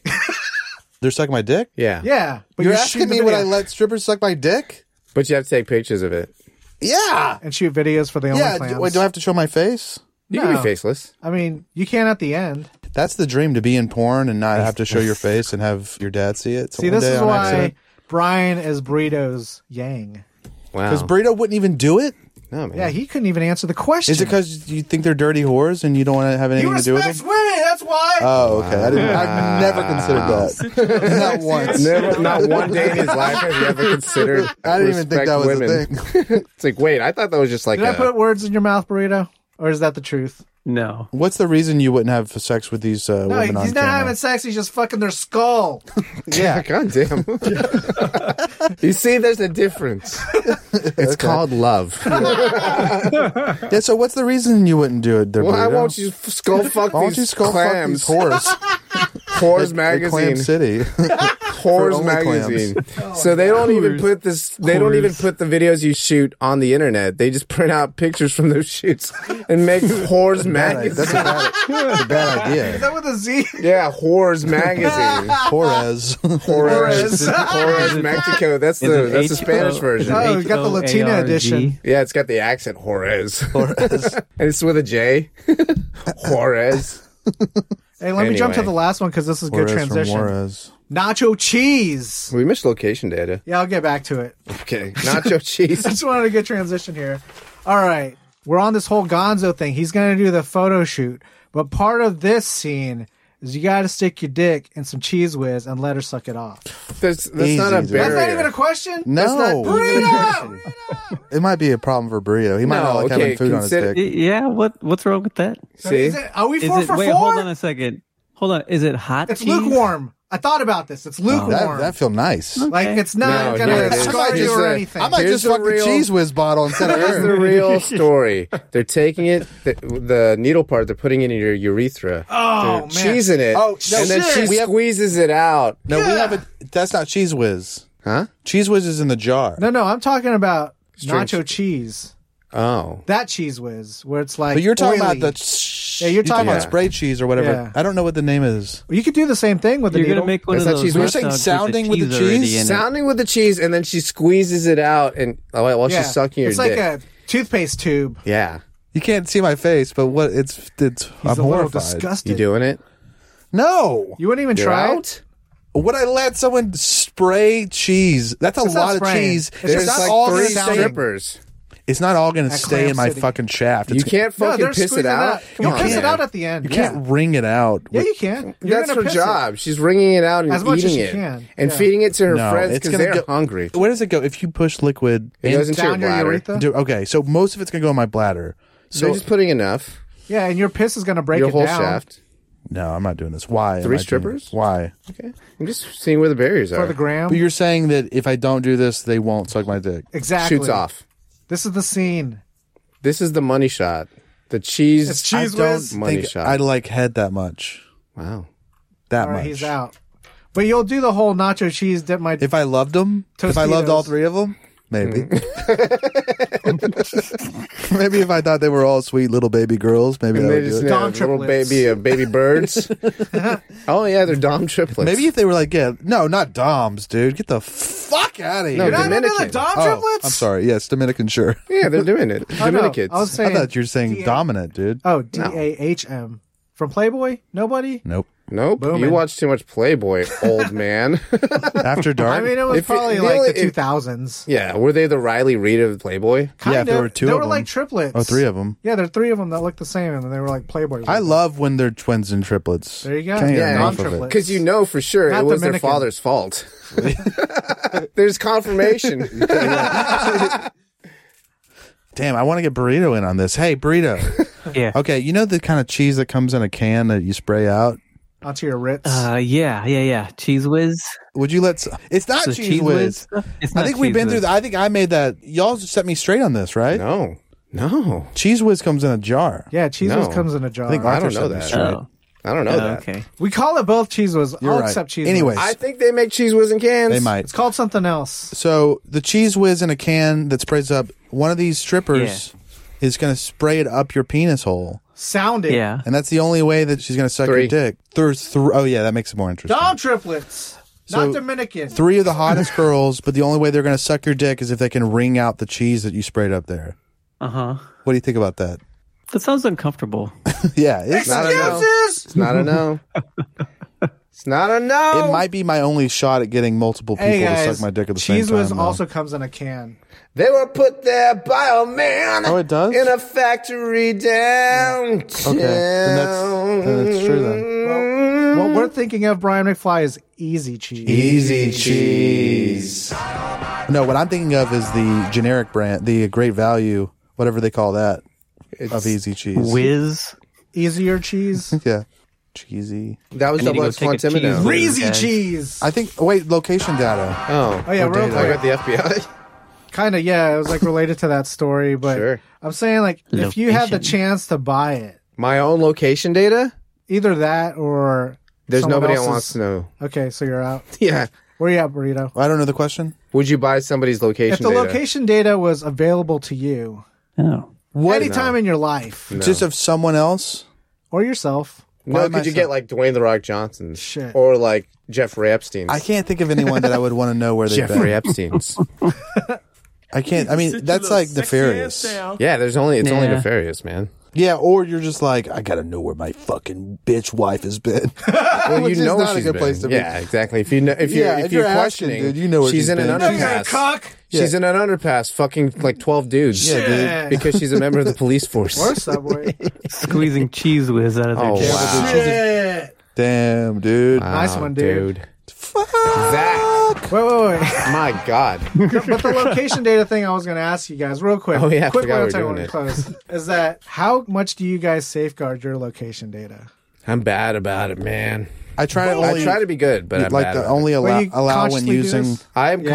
They're sucking my dick.
Yeah.
Yeah, but
You're
you shoot
asking
the
me would I
video
let strippers suck my dick?
But you have to take pictures of it.
Yeah.
and shoot videos for the only
yeah.
clams.
Do, wait, do I have to show my face?
You can
No.
be faceless.
I mean, you can at the end.
That's the dream to be in porn and not have to show your face and have your dad see it.
See, this is why Brian is Burrito's Yang.
Wow.
Because Burrito wouldn't even do it.
no, man.
Yeah, he couldn't even answer the question.
Is it because you think they're dirty whores and you don't want to have
he
anything to do with
respects
them?
women? That's why.
Oh, okay. I didn't, I've never considered that. not once.
Never, not one day in his life has he ever considered.
I didn't even think
respect
that was
women.
a thing.
It's like, wait, I thought that was just like
Did I
a-
put words in your mouth, Burrito? Or is that the truth?
No.
What's the reason you wouldn't have sex with these uh,
No,
women
he's
on
not
camera?
having sex. He's just fucking their skull.
Yeah, goddamn. you see, there's a difference. It's called love.
Yeah, so what's the reason you wouldn't do it?
Why
Burrito?
won't you f- skull fuck
Why
these
don't you skull
clams?
fuck these whores?
Whores
At- at
magazine.
Clam City. for
Whores
only
magazine.
Oh,
so they don't even put this. They don't even put the videos you shoot on the internet. They just print out pictures from those shoots and make whores
Bad- That's a
magazine.
bad, that's a bad idea.
Is that with a Z?
Yeah, whores magazine.
Torres.
Whores.
Whores.
Whores Mexico. That's
Is
the
it
that's the
H-
Spanish
Ah, oh,
version.
Oh, we got the Latina
H-O-A-R-G?
edition.
Yeah, it's got the accent Juarez. and it's with a J. Juarez.
Hey, let me jump to
Anyway.
the last one because this is good
Torres from
transition.
Juarez.
Nacho cheese.
We missed location data.
Yeah, I'll get back to it.
Okay. Nacho
I
cheese.
just wanted a good transition here. All right. We're on this whole Gonzo thing. He's going to do the photo shoot. But part of this scene is you got to stick your dick in some cheese whiz and let her suck it off.
That's, that's
Easy,
not a
dude. That's
barrier.
That's not even a question.
No.
Burrito!
It might be a problem for Burrito. He might
No,
not like
okay,
having food on
consider-
his dick.
Y- Yeah, what what's wrong with that?
See?
Is it, are we
Is
four
it
for
wait,
four?
hold on a second. Hold on. Is it hot
It's
cheese?
lukewarm. I thought about this. It's lukewarm.
That, that feel nice.
like,
okay.
it's not
No,
going
here
to
it is.
scar
Just,
you or
uh,
anything.
I might
Here's
just
the
fuck the
real-
cheese whiz bottle instead of
Here's
her.
the real story. They're taking it, the, the needle part, they're putting it in your urethra.
oh, man.
Cheese in it.
Oh, no,
and then
shit.
she
We have-
squeezes it out.
No, we have a. That's not cheese whiz.
Huh?
Cheese whiz is in the jar.
No, no, I'm talking about
String
nacho cheese.
Oh.
That cheese whiz, where it's like.
But you're talking
oily.
about the.
Yeah, you're talking
about
about-
spray cheese or whatever.
Yeah.
I don't know what the name is.
You could do the same thing with the
You're gonna
needle.
make one
It's
of
not
those.
cheese.
hot
You're
saying
dogs
sounding with the
cheese already
cheese?
in it.
Sounding with the cheese, and then she squeezes it out and oh, while
Yeah.
she's sucking your
It's
dick.
like a toothpaste tube.
yeah.
You can't see my face, but what it's it's
He's
I'm
a little
horrified.
disgusted.
You doing it?
No,
You wouldn't even
You're
try it.
out?
would I let someone spray cheese? That's a
It's not
lot of
spraying.
cheese.
It's
It's,
There's
just
not
like
all
three
gonna
sounding.
stay.
strippers.
It's not all going to
At
stay in
Clam
my
City.
fucking shaft.
You
It's,
can't
No,
fucking
they're
piss it
squeezing
out.
You
Come on,
piss it
man.
out at the end.
You
yeah.
can't wring it out.
Yeah,
with-
you can. You're
That's
gonna
her
piss
job. She's wringing it out and
As much as
eating
she
it
can.
and
Yeah.
feeding it to her
no,
friends
it's
because
gonna
they're
go,
hungry.
Where does it go? If you push liquid,
It
in-
goes
It.
into your
Down your
bladder.
urethra.
do- okay, so most of it's going to go in my bladder.
So
So
just putting enough.
Yeah, and your piss is gonna break
your
it
whole
down.
shaft.
no, I'm not doing this. Why?
Three
am I doing this?
strippers?
Why?
Okay. I'm just seeing where the barriers
for
are.
the gram.
But you're saying that if I don't do this, they won't suck my dick.
exactly.
Shoots off.
This is the scene.
This is the money shot. The cheese.
It's cheese
I don't
whiz.
Money
think
shot.
I like head that much.
Wow.
That
All right,
much.
he's out. But you'll do the whole nacho cheese dip my.
If I loved them, if I loved
Tostitos.
all three of them, maybe. maybe if I thought they were all sweet little baby girls, maybe I
And
would
they
do
just
it.
have
Dom
little
triplets.
baby uh, baby birds. oh yeah, they're dom triplets.
Maybe if they were like, yeah, no, not Doms, dude. Get the fuck out of here.
you're not gonna do the
Dominican.
dom
Oh,
triplets.
I'm sorry. Yes, Dominican, sure.
yeah, they're doing it.
Oh, no,
Dominicans.
I was
I
saying.
thought you were saying dominant, dude.
oh, D A H M from Playboy. Nobody.
Nope.
Nope.
Booming.
You watch too much Playboy, old man.
After dark.
I mean, it was
If it-
probably
the
like
only-
the
if-
two thousands.
yeah, were they the Riley Reed of Playboy?
Yeah, if there were two
They
of
were like
them.
triplets.
oh, three of them.
Yeah, there are three of them that look the same, and they were like Playboy.
I love when they're twins and triplets.
uh, There you go.
Can't get
Yeah,
enough of it.
non-triplets.
Because you know for sure
Not
it was
Dominican.
their father's fault. There's confirmation.
Damn, I want to get burrito in on this. Hey, burrito.
Yeah.
Okay, you know the kind of cheese that comes in a can that you spray out?
onto your Ritz.
Uh, yeah, yeah, yeah. Cheese whiz.
Would you let? s- It's not
So
cheese, whiz.
stuff? It's
I
not
think we've
Cheese
been through.
Whiz.
that. I think I made that. Y'all set me straight on this, right?
No, no,
Cheese whiz comes in a jar.
Yeah, cheese
No.
whiz comes in a jar.
I think
I
Arthur
don't
set
know
me
that.
straight.
Oh,
I don't know that.
okay.
we call it both cheese whiz.
You're
I'll
right.
accept cheese.
Anyways.
whiz.
I think they make cheese whiz in cans.
They might.
it's called something else.
So the cheese whiz in a can that sprays up one of these strippers is going to spray it up your penis hole,
Sounding.
Yeah.
and that's the only way that she's going to suck
Three.
your dick. There's thr oh yeah, that makes it more interesting.
Dom triplets,
So,
not Dominican.
Three of the hottest girls, but the only way they're going to suck your dick is if they can wring out the cheese that you sprayed up there.
Uh huh.
What do you think about that?
That sounds uncomfortable.
yeah, it's
I
not.
don't know. It's not a no. it's not a no.
It might be my only shot at getting multiple people
hey guys,
to suck my dick at the
cheese
same time.
whiz
though.
also comes in a can.
They were put there by a man.
Oh, it does?
In a factory downtown.
okay, then that's, then that's true then.
What we're thinking of, Brian McFly, is easy cheese.
Easy cheese.
No, what I'm thinking of is the generic brand, the Great Value, whatever they call that, of Easy Cheese.
Whiz.
Easier cheese.
Yeah, cheesy.
That was
I need to
double
go
X
take a
Quantimino.
cheese whiz.
Breezy
guys.
cheese.
I think. Wait, location data.
Oh,
Oh yeah,
Or
real
data.
I
quick.
got the FBI.
Kind of, yeah. It was like related to that story, but
Sure.
I'm saying like if you had the
Location.
chance to buy it,
My own location data.
either that or
There's
someone
nobody that
else's-
wants to know.
Okay, so you're out.
Yeah.
Where you at, burrito?
I don't know the question.
Would you buy somebody's location?
If the
data?
location data was available to you
Oh.
What?
anytime in your life
Just of someone else.
or yourself,
Why
No,
am I
could you
so-
get like Dwayne the Rock Johnson's
Shit.
or like Jeffrey Epstein's?
I can't think of anyone that I would want to know where they've
Jeffrey
been.
Epstein's.
I can't. I mean, that's like nefarious.
yeah, there's only it's only
Yeah.
nefarious, man.
Yeah, or you're just like, I gotta know where my fucking bitch wife has been.
Well,
Which
you
is
know
not a
she's
good
been.
place to be.
Yeah, exactly. If you know, if you're
Yeah,
if,
if
you're,
you're asking,
questioning,
dude, you know where
she's
she's
in an
been.
Hey,
underpass.
cock.
She's in an underpass, fucking like twelve dudes.
Yeah, dude.
Yeah.
because she's a member of the police force.
or subway.
Squeezing cheese whiz out of their
Oh,
jam.
wow.
Shit.
Damn,
Ah,
dude.
Nice one, dude.
Fuck.
Zach,
Wait, wait, wait.
my God,
but the location data thing I was going to ask you guys real quick.
Oh, yeah, I
quick
forgot
one
we were
time
doing
when we
it.
close is that how much do you guys safeguard your location data?
I'm bad about it, man.
I try to only
I try to be good, but I'm
like
bad
the
about it.
only
Well,
allow,
you
allow when
consciously do
using.
this?
I am
Yeah, me too.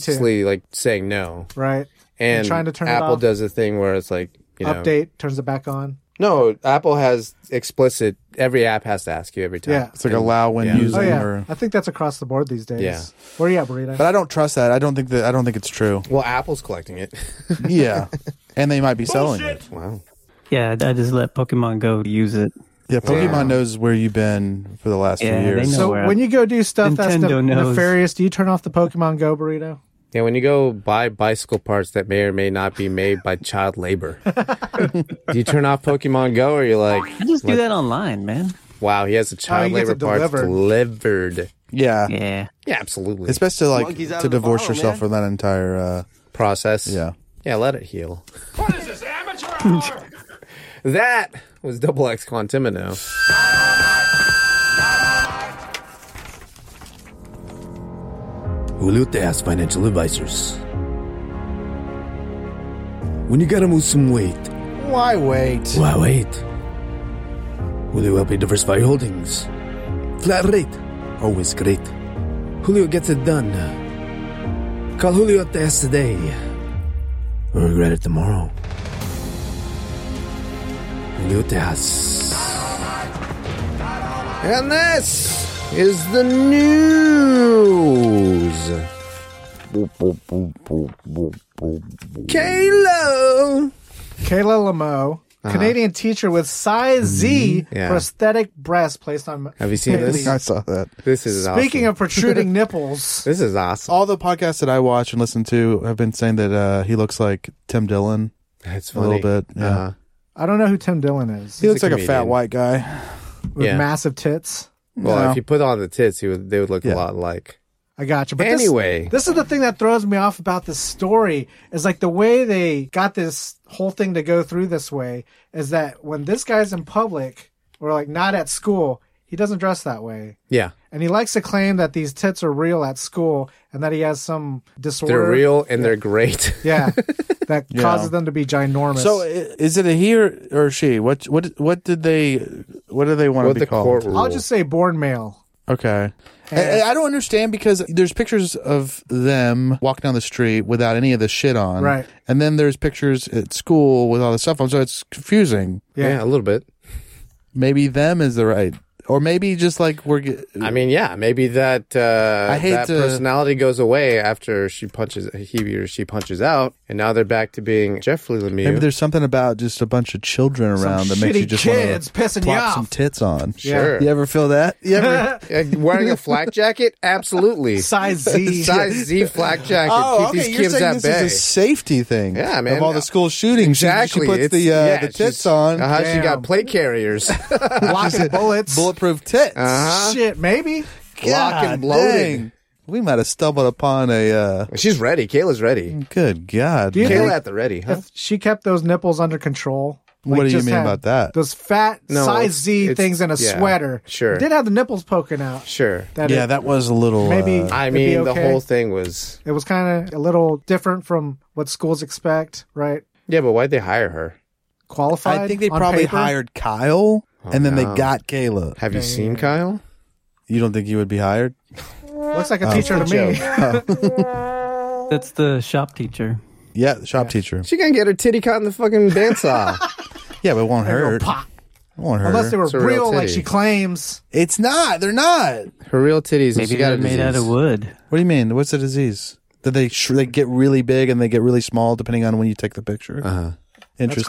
consciously like saying no,
Right.
and
trying to turn it
Apple
off?
does a thing where it's like you know,
Update turns it back on.
No, Apple has explicit. Every app has to ask you every time.
Yeah.
It's like allow when
Yeah. Oh,
using,
Oh yeah,
or
I think that's across the board these days.
Yeah.
Where you at, burrito?
but I don't trust that. I don't think that. I don't think it's true.
Well, Apple's collecting it.
Yeah, and they might be selling it.
wow.
Yeah, I just let Pokemon Go use it.
Yeah, Pokemon knows where you've been for the last
Yeah,
few
they
years.
know.
so
Nowhere.
when you go do stuff that's
Nintendo
nef-
knows.
nefarious, do you turn off the Pokemon Go burrito?
Yeah, when you go buy bicycle parts that may or may not be made by child labor, do you turn off Pokemon Go or you're like,
I just do that online, man.
wow, he has the child
you get
labor
to
parts
deliver.
delivered?
Yeah.
Yeah.
Yeah, absolutely.
It's best to like to divorce yourself from that entire uh
process.
yeah.
Yeah, let it heal.
What is this, amateur hour?
That was Double X Quantimino.
Salute ass financial advisors. When you gotta move some weight,
Why wait?
why wait? Julio help you diversify your holdings. Flat rate, always great. Julio gets it done. Call Julio up to ask today. Or regret it tomorrow. Julio Tejas.
And this is the news. Kayla.
Kayla Lamoe, Canadian teacher with size Z
Uh-huh. Mm-hmm. Yeah.
prosthetic breast placed on.
Have you seen this?
I saw that.
This is
Speaking
awesome.
of protruding nipples,
this is awesome.
All the podcasts that I watch and listen to have been saying that uh he looks like Tim Dillon.
It's
a little bit, yeah.
Uh-huh.
I don't know who Tim Dillon is
He
He's
looks
a
like a fat
comedian.
white guy.
with
yeah.
massive tits.
Well,
No.
if you put on the tits, he would, they would look
Yeah.
a lot like.
I got you. But this-
Anyway.
this, is the thing that throws me off about this story is like the way they got this whole thing to go through this way is that when this guy's in public or like not at school, he doesn't dress that way.
Yeah.
And and he likes to claim that these tits are real at school and that he has some disorder.
They're real and they're great.
Yeah, that causes them to be ginormous.
So i- is it a he or, or she? What what what did they? What do they want
What the
to be
court
called?
rule?
I'll just say born male.
Okay. I, I don't understand because there's pictures of them walking down the street without any of the shit on.
Right.
And then there's pictures at school with all the stuff on. So it's confusing.
yeah. a little bit.
Maybe them is the right. Or maybe just like we're. Get,
I mean, yeah, maybe that uh,
I hate
that
to-
personality goes away after she punches he or she punches out, and now they're back to being Jeffrey Lemieux.
maybe there's something about just a bunch of children around that makes you
shitty
just
kids
want to
pissing you
plop
off.
some tits on.
Sure.
You ever feel that? You ever?
Uh, Wearing a flak jacket, absolutely.
Size Z.
Size Z flak jacket.
Oh,
Keep
okay.
these
You're
kids
saying
at
this
bay.
is a safety thing.
Yeah, man.
Of all the school shootings, she-
Exactly.
She, puts
It's-
the uh,
yeah,
the tits
she's-
on.
Uh-huh, she
Damn.
got plate carriers.
Blocking bullets.
Bulletproof tits.
Uh-huh.
uh-huh.
Shit, maybe.
Lock and
God
loaded.
dang. We might have stumbled upon a. Uh,
She's ready. Kayla's
Mm.
ready.
good God.
you
man.
Kayla
think-
at the ready, huh?
If she kept those nipples under control.
What do you
just
mean
had
about that?
Those fat
No,
size
it's-
Z
it's-
things in a
yeah,
sweater.
sure.
Did have the nipples poking out.
Sure.
That
yeah,
it-
that was a little.
Maybe-
uh,
I
It'd be
mean, the
okay.
whole thing was.
it was kind of a little different from what schools expect, right?
Yeah, but why'd they hire her?
Qualified.
I think they
on
probably
paper?
hired Kyle, and then they got Kayla.
Have you seen Kyle?
You don't think you would be hired?
Looks
Oh.
like a teacher to me.
That's the shop teacher.
Yeah, the shop teacher.
She gonna get her titty caught in the fucking bandsaw.
Yeah, but it won't hurt. It
Pop.
won't hurt.
Unless they were
a real
real, like
titty.
she claims.
it's not. They're not.
her real titties. and
Maybe
she got
they're
a
made out of
disease.
wood.
What do you mean? What's the disease? That they sh- they get really big and they get really small depending on when you take the picture. Uh-huh. Interesting.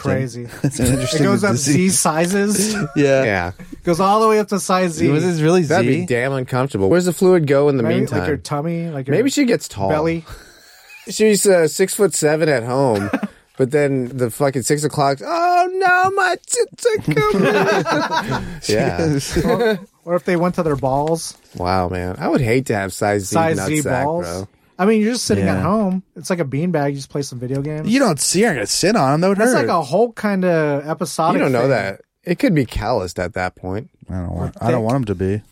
That's crazy.
It's an
It
interesting
goes up Z
disease.
sizes.
Yeah.
Yeah,
goes all the way up to size Z.
Was this really
that'd
Z?
be damn uncomfortable. Where's the fluid go in the
Maybe
meantime?
like your tummy, like your
Maybe she gets tall.
belly.
She's uh, six foot seven at home, but then the fucking six o'clock. Oh no, my tits are coming. yeah.
or if they went to their balls,
Wow, man. I would hate to have size Z
size
nutsack,
Z balls.
bro.
I mean, you're just sitting
Yeah.
at home. It's like a beanbag. You just play some video games.
You don't see. You're not gonna sit on them. That would
That's
hurt.
like a whole kind of episodic.
You don't know
thing.
that. It could be calloused at that point.
I don't want. I don't want them to be.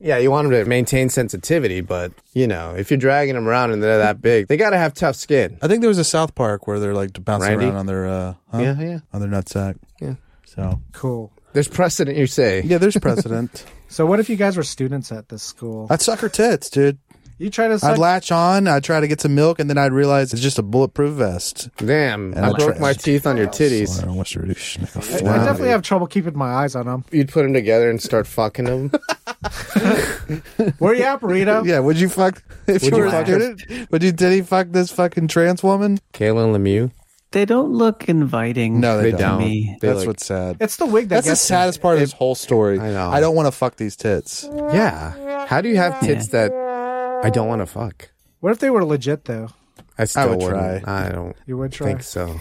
Yeah, you want them to maintain sensitivity, but you know, if you're dragging them around and they're that big, they got to have tough skin.
I think there was a South Park where they're like bouncing
Randy?
around on their uh, huh?
Yeah, yeah.
on their nutsack.
Yeah.
So
Cool.
There's precedent, you say.
yeah, there's precedent.
So what if you guys were students at this school?
I'd suck her tits, dude.
You try to
I'd
suck.
latch on. I'd try to get some milk, and then I'd realize it's just a bulletproof vest.
Damn, I
I'll
broke
try-
my teeth on your titties.
Well, what's your- like a
I
flower.
definitely have trouble keeping my eyes on them.
You'd put them together and start fucking them.
Where you at, burrito?
Yeah, would you fuck if you
you
were a
fuck
student? Would you did he fuck this fucking trans woman?
Kayla Lemieux.
They don't look inviting.
No, they,
They
don't.
don't.
me.
They
That's
look-
what's sad.
It's the wig that
That's the
gets
saddest part of this whole story.
I know.
I don't want to fuck these tits.
Yeah. How do you have tits that I don't want to fuck?
me. What if they were legit though?
I still
would
wouldn't.
try.
I don't
You would try.
think so.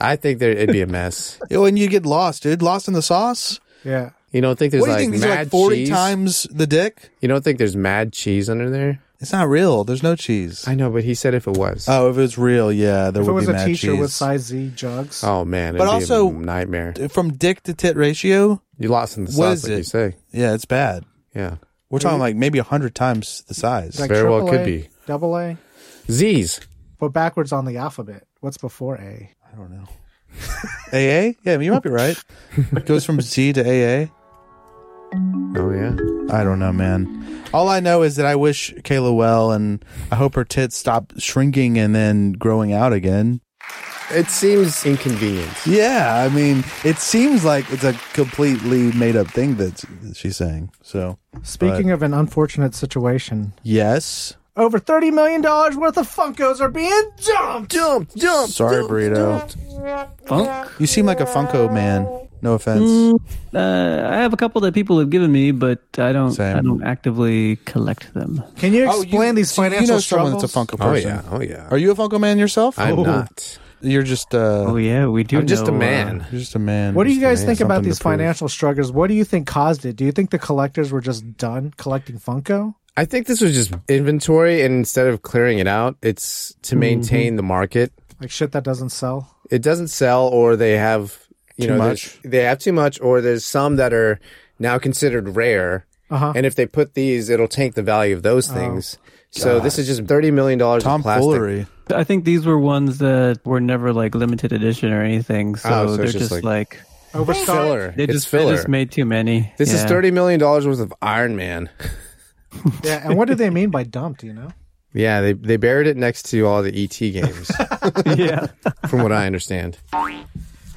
I think there it'd be a mess.
Yo, and you get lost, dude. Lost in the sauce.
Yeah.
You don't think there's
What do you
like
think? These
mad
are like forty
cheese?
times the dick.
You don't think there's mad cheese under there?
It's not real. There's no cheese.
I know, but he said if it was.
Oh, if it's real, yeah, there
If it
would
was
be
a
mad
teacher
cheese.
with size Z jugs.
oh man, it'd
But
be
also-
a nightmare.
From dick to tit ratio,
You lost in the sauce,
What is
like
it?
you say.
yeah, it's bad.
Yeah.
We're talking like maybe a hundred times the size.
like
very well
triple
could
A,
be.
double A,
Z's.
but backwards on the alphabet. What's before A?
I don't know. AA? Yeah, you might be right. It goes from Z to AA.
Oh yeah.
I don't know, man. All I know is that I wish Kayla well, and I hope her tits stop shrinking and then growing out again.
It seems inconvenient.
Yeah, I mean, it seems like it's a completely made up thing that she's saying. So,
Speaking of an unfortunate situation,
yes.
over thirty million dollars worth of Funkos are being dumped.
Jump, jump.
Sorry, burrito.
Funk.
You seem like a Funko man. No offense.
Mm.
Uh, I have a couple that people have given me, but I don't.
Same.
I don't actively collect them.
Can Oh, you explain these
so
financial
Oh, you know someone
struggles?
that's a Funko
Oh
person.
yeah. Oh yeah.
Are you a Funko man yourself?
I'm
Oh.
not.
You're just uh,
Oh yeah, we do.
I'm just a
know, uh,
man.
you're just a man.
What do
Just
you
a
guys
man.
think about
Something to
these
prove.
financial struggles? What do you think caused it? Do you think the collectors were just done collecting Funko?
I think this was just inventory, and instead of clearing it out, it's to maintain the market.
Like shit that doesn't sell?
It doesn't sell, or they have you
Too
know
much.
there's- they have too much, or there's some that are now considered rare,
Uh-huh.
And if they put these, it'll tank the value of those things. so this is just thirty million dollars of plastic.
Tomfoolery.
uh, I think these were ones that were never like limited edition or anything. So,
Oh, so it's
they're
just like-
just, like,
It's filler.
they
it's
just
filler.
they just made too many.
this is
Yeah.
thirty million dollars worth of Iron Man.
Yeah, and what do they mean by dumped? You know,
Yeah, they they buried it next to all the ET games,
yeah.
from what I understand.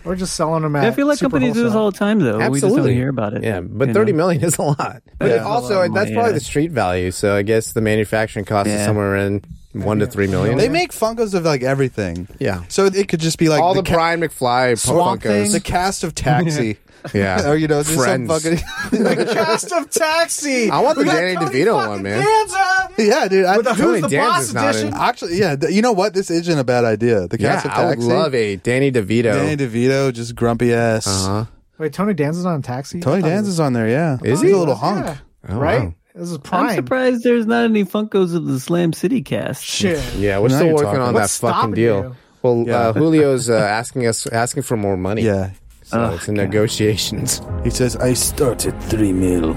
we're just selling them at.
I feel like
super
companies do this
wholesale.
all the time though. We just don't hear about it.
Yeah, but
you
thirty
know?
million is a lot. But
Yeah.
also,
It's a lot of
that's
money,
probably
yeah.
the street value. So I guess the manufacturing cost is
Yeah.
somewhere in one to three million.
They make Funkos of like everything.
Yeah.
So it could just be like
all the,
the ca-
Brian McFly Funkos.
Swamp Thing, the cast of Taxi.
Yeah,
or Oh, you know, just some
friends.
fucking
Cast of Taxi.
I want the
We got
Danny
Tony
DeVito
fucking
one, man.
Danza!
yeah, dude. I,
With the
Tony
Who's the
Danza's
Boss
not in.
edition.
actually, yeah. th- You know what? This isn't a bad idea. The
yeah,
cast of
I would
Taxi.
love a Danny DeVito.
Danny DeVito, just grumpy ass.
uh-huh.
Wait, Tony Danza's on Taxi. Oh,
Tony Danza's on there. Yeah,
Is
He's
he?
a little hunk?
Yeah.
Oh,
right?
wow.
This is prime.
I'm surprised there's not any Funkos of the Slam City cast.
Shit.
Yeah, we're
Now
still
you're
working
talking.
on
What's
that fucking
stopping
deal.
you?
Well,
Yeah.
uh, Julio's uh, asking us asking for more money.
Yeah,
so it's in negotiations,
he says, "I started three mil."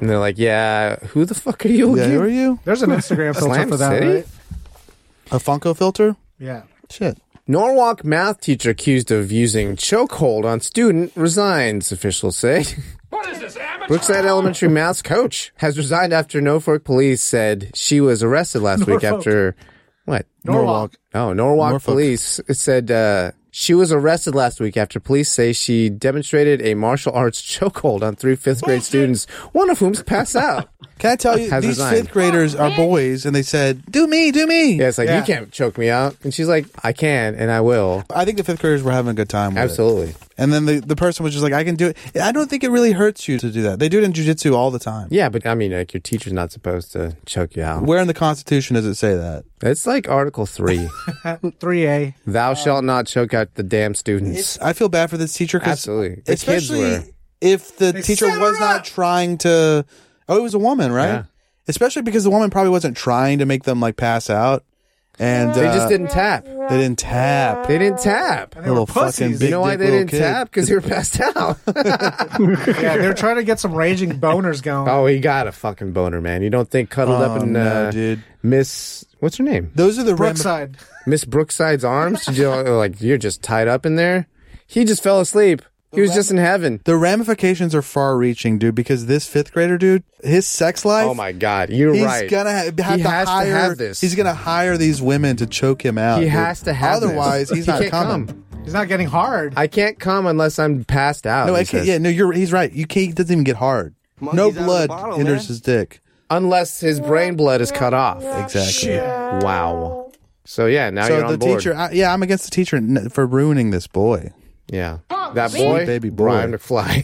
and they're like, "Yeah, who the fuck are you
Yeah,
again?
who are you?
There's an Instagram filter
Slam
for that,
City?
right?
A Funko filter?
Yeah.
Shit.
Norwalk math teacher accused of using chokehold on student resigns, officials say.
What is this amateur?
Brookside Elementary math coach has resigned after Norfolk police said she was arrested last week
Norfolk.
after. What?
Norwalk.
Oh, Norwalk
Norfolk.
police said uh, she was arrested last week after police say she demonstrated a martial arts chokehold on three fifth grade students, one of whom's passed out.
Can I tell you,
Has
these
resigned.
fifth graders are boys, and they said, "Do me, do me."
Yeah, it's like,
Yeah.
you can't choke me out. And she's like, I can and I will.
I think the fifth graders were having a good time. With it.
Absolutely.
And then the, the person was just like, I can do it. I don't think it really hurts you to do that. They do it in jujitsu all the time.
Yeah, but I mean, like, your teacher's not supposed to choke you out.
Where in the Constitution does it say that?
It's like Article 3.
3A.
Thou shalt not choke out the damn students.
I feel bad for this teacher. 'cause-
Absolutely. The kids
especially
were.
if the teacher
set her
was not
up!
trying to. Oh, it was a woman, right?
Yeah.
Especially because the woman probably wasn't trying to make them like pass out, and
They
uh,
just didn't tap.
They didn't tap.
They didn't tap.
They were
Little fucking
pussies.
big
You know why
dick
they
little
didn't
kid.
tap? Because they were passed out.
Yeah, they're trying to get some raging boners going.
oh, he got a fucking boner, man. You don't think cuddled
Oh,
up in
no,
uh,
dude.
Miss what's her name?
Those are the ram-
Brookside.
Miss Brookside's arms. You know, like you're just tied up in there. He just fell asleep. He was just in heaven.
the ramifications are far reaching, dude. Because this fifth grader, dude, his sex life.
Oh my god, you're
He's
right.
gonna ha- have
He
to
has to
hire
have this.
He's gonna hire these women to choke him out.
he
dude.
has to have. this.
Otherwise, he's
He
not
can't
coming.
come.
He's not getting hard.
I can't come unless I'm passed out.
No,
he
I can't,
says.
yeah, no, you're. He's right. You can't. It doesn't even get hard. no blood enters his dick.
Unless his brain blood is cut off.
Exactly.
Wow. So yeah, now
So
you're on
the
board.
teacher. I, yeah, I'm against the teacher n- for ruining this boy.
Yeah. That boy,
baby boy.
Brian McFly.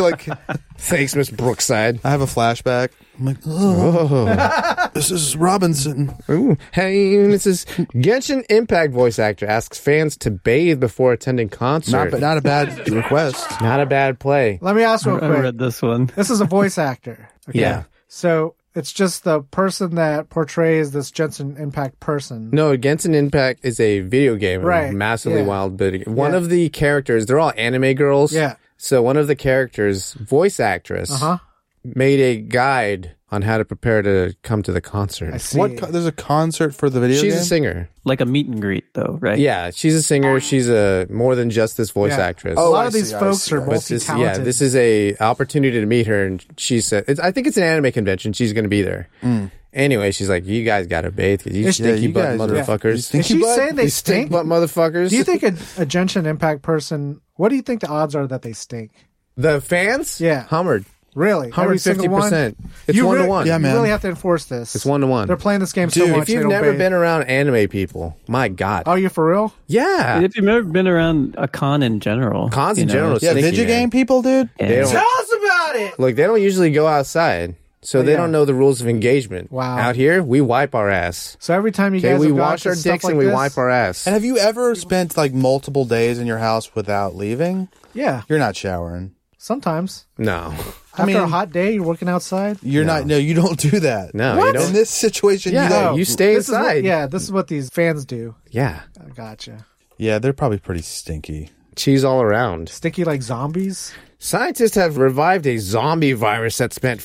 like,
Thanks, Miss Brookside.
I have a flashback. I'm like, oh, this is Robinson.
Ooh. Hey, this is Genshin Impact voice actor asks fans to bathe before attending concert.
Not, but not a bad request.
Not a bad play.
Let me ask real
I
quick.
read this one.
This is a voice actor. Okay.
Yeah.
So it's just the person that portrays this Jensen Impact person.
No, Genshin Impact is a video game. a
Right.
Massively
Yeah.
wild video game. One
Yeah.
of the characters, they're all anime girls.
Yeah.
So one of the characters, voice actress,
Uh-huh.
made a guide on how to prepare to come to the
I
concert.
see.
What? Co- there's a concert for the video
She's
game.
a singer.
Like a meet and greet though, right?
Yeah, she's a singer. She's a more than just this voice
Yeah.
actress.
a
Oh,
lot
I
of these
see, I
folks
see,
are
I
But this,
multi-talented.
yeah, this is a opportunity to meet her, and she said, it's, "I think it's an anime convention. She's going to be there."
Mm.
Anyway, she's like, "You guys got to bathe because you
Is-
stinky
you
butt
guys are-
motherfuckers."
you
Is
stink-
she
Butt?
saying they
You stink
stink?
butt motherfuckers.
Do you think a, a Genshin Impact person? What do you think the odds are that they stink?
the fans?
Yeah.
Hummered.
Really,
Hummered fifty percent. It's
You
one to
re-
one.
Yeah, man.
You really have to enforce this.
It's one to one.
They're playing this game
Dude,
so much.
if
they
you've
don't
never
bathe.
been around anime people, my god,
oh, you for real?
yeah,
If you've never been around a con in general,
cons in
you know,
general,
yeah,
stinky,
video
man.
game people, dude.
They
and-
don't
us about it.
Look, they don't usually go outside, so they
Oh, yeah.
don't know the rules of engagement.
Wow.
Out here, we wipe our ass.
So every time you
Okay,
guys
we
have gone
wash
to
our
stuff
dicks
like
and we
this-
wipe our ass.
And have you ever spent like multiple days in your house without leaving?
Yeah,
You're not showering.
sometimes
no,
after
mean-
a hot day, you're working outside.
You're not. No, you don't do that.
No, you What? don't.
In this situation,
Yeah,
you don't.
you stay
Oh, This is what,
inside.
yeah, this is what these fans do.
yeah.
I gotcha.
yeah, they're probably pretty stinky.
Cheese all around.
Sticky like zombies.
Scientists have revived a zombie virus that spent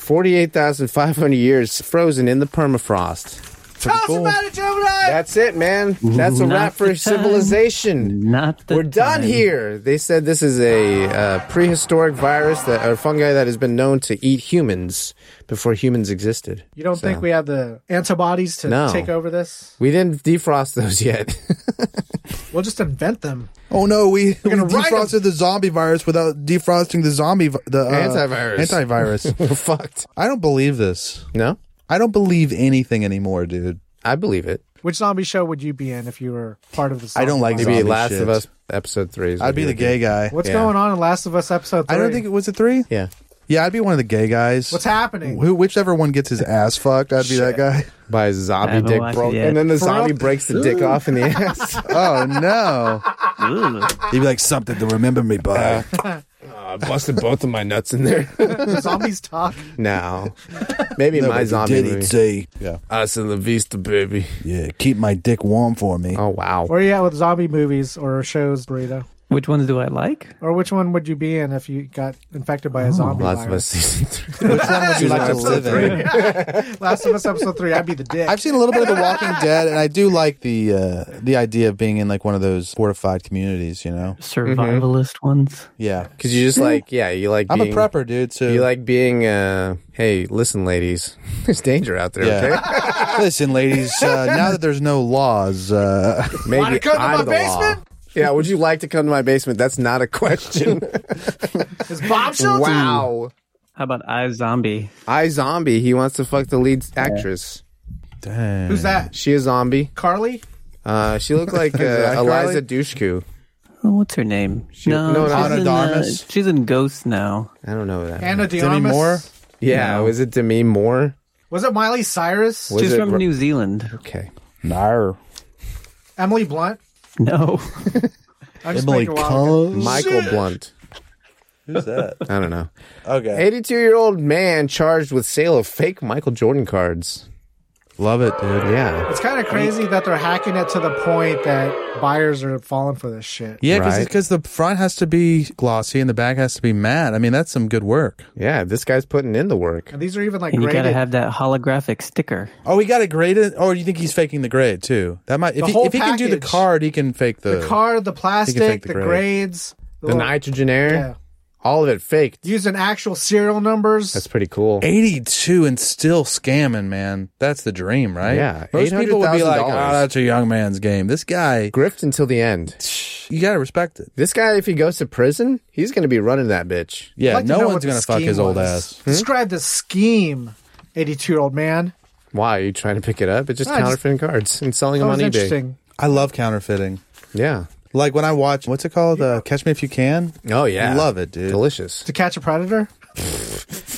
48,500 years frozen in the permafrost. Pretty
Tell
cool.
us about it, Gemini!
That's it, man. That's a
Not
wrap for
the time.
civilization.
Not the
We're done
time.
here. They said this is a uh, prehistoric virus that or fungi that has been known to eat humans before humans existed.
You don't
So-
think we have the antibodies to
No.
take over this?
we didn't defrost those yet?
We'll just invent them.
Oh no, we, we
gonna write 'em.
defrosted the zombie virus without defrosting the zombie vi- the uh,
Antivirus.
Antivirus.
We're fucked.
I don't believe this.
No,
I don't believe anything anymore, dude.
I believe it.
Which zombie show would you be in if you were part of the?
I don't like
zombie
Maybe
Zombie
Last
shit.
of Us episode three. is
I'd
what
be
you
the
would
gay
do.
guy.
line? What's
Yeah.
going on in Last of Us episode three?
I don't think it was a three.
Yeah.
Yeah, I'd be one of the gay guys.
What's happening?
Who, whichever one gets his ass fucked, I'd be that guy.
By a
I
zombie
haven't
dick
watched
broke,
it yet.
and then the zombie breaks the dick off in the ass.
Oh no,
Ooh.
he'd be like something to remember me by.
I busted both of my nuts in there.
Zombies talk.
no, maybe my zombie movie.
say, yeah,
Us and la vista, baby.
yeah, keep my dick warm for me.
Oh wow.
Where are you at with zombie movies or shows, burrito?
Which ones do I like?
Mm-hmm.
Or which one would you be in if you got infected by a zombie
Oh, Last of Us
virus?
season three.
Which one would you like to live in?
Last of Us episode three. I'd be the dick.
I've seen a little bit of The Walking Dead, and I do like the uh, the idea of being in like one of those fortified communities. You know,
Survivalist ones.
yeah.
Because you just like, yeah, you like.
I'm a
being-
prepper, dude. So
You like being, uh, hey, listen, ladies, there's danger out there. Okay,
yeah. Listen, ladies. Uh, now that there's no laws, uh,
maybe
Wanna come to my
law.
basement?
Yeah, would you like to come to my basement? That's not a question.
Is Bob Shelton?
wow,
How about I Zombie?
I zombie. He wants to fuck the lead actress.
dang.
Who's that?
She a zombie.
Carly?
Uh, she looked like uh,
that
Eliza
Carly?
Dushku.
Oh, what's her name?
no,
Ana
she's, in, uh,
Darmus.
she's in Ghost now.
I don't know that.
Anna De
Demi
Armas?
Moore?
yeah, was it Demi Moore?
Was it Miley Cyrus?
Was
she's
it
from
Ro-
New Zealand.
Okay,
Nar.
Emily Blunt?
No.
I'm just
Emily
making a wild guess.
Combs.
Michael Blunt.
Who's that?
I don't know.
Okay.
82 year old man charged with sale of fake Michael Jordan cards.
Love it, dude.
Yeah.
It's kind of crazy that they're hacking it to the point that buyers are falling for this shit.
Yeah, because
Right.
the front has to be glossy and the back has to be matte. I mean, that's some good work.
Yeah, this guy's putting in the work.
And these are even like
And you
rated.
gotta have that holographic sticker.
Oh, he got a grade. In, oh, you think he's faking the grade too? That might. If,
The
he,
whole
if he can do the
package.
card, he can fake the,
the card, the plastic,
the
the
grade.
grades,
The
little-
nitrogen air,
Yeah.
all of it faked.
Using actual serial numbers.
That's pretty cool.
Eighty-two and still scamming, man. That's the dream, right?
Yeah,
Most people would be like, "Oh,
$800,000.
that's a young man's game." This guy,
Grift until the end.
you gotta respect it.
This guy, if he goes to prison, he's going to be running that bitch.
Yeah,
I'd like to know
no
what
one's
the
gonna fuck
scheme
his old
was.
ass. Hmm?
Describe the scheme, 82 year old man.
Why are you trying to pick it up? It's just
No, I just-
counterfeiting cards and selling
That
them
was
on eBay.
interesting.
I love counterfeiting.
Yeah.
Like when I watch what's it called, uh, Catch Me If You Can.
Oh yeah.
love it, dude.
Delicious.
To catch a predator?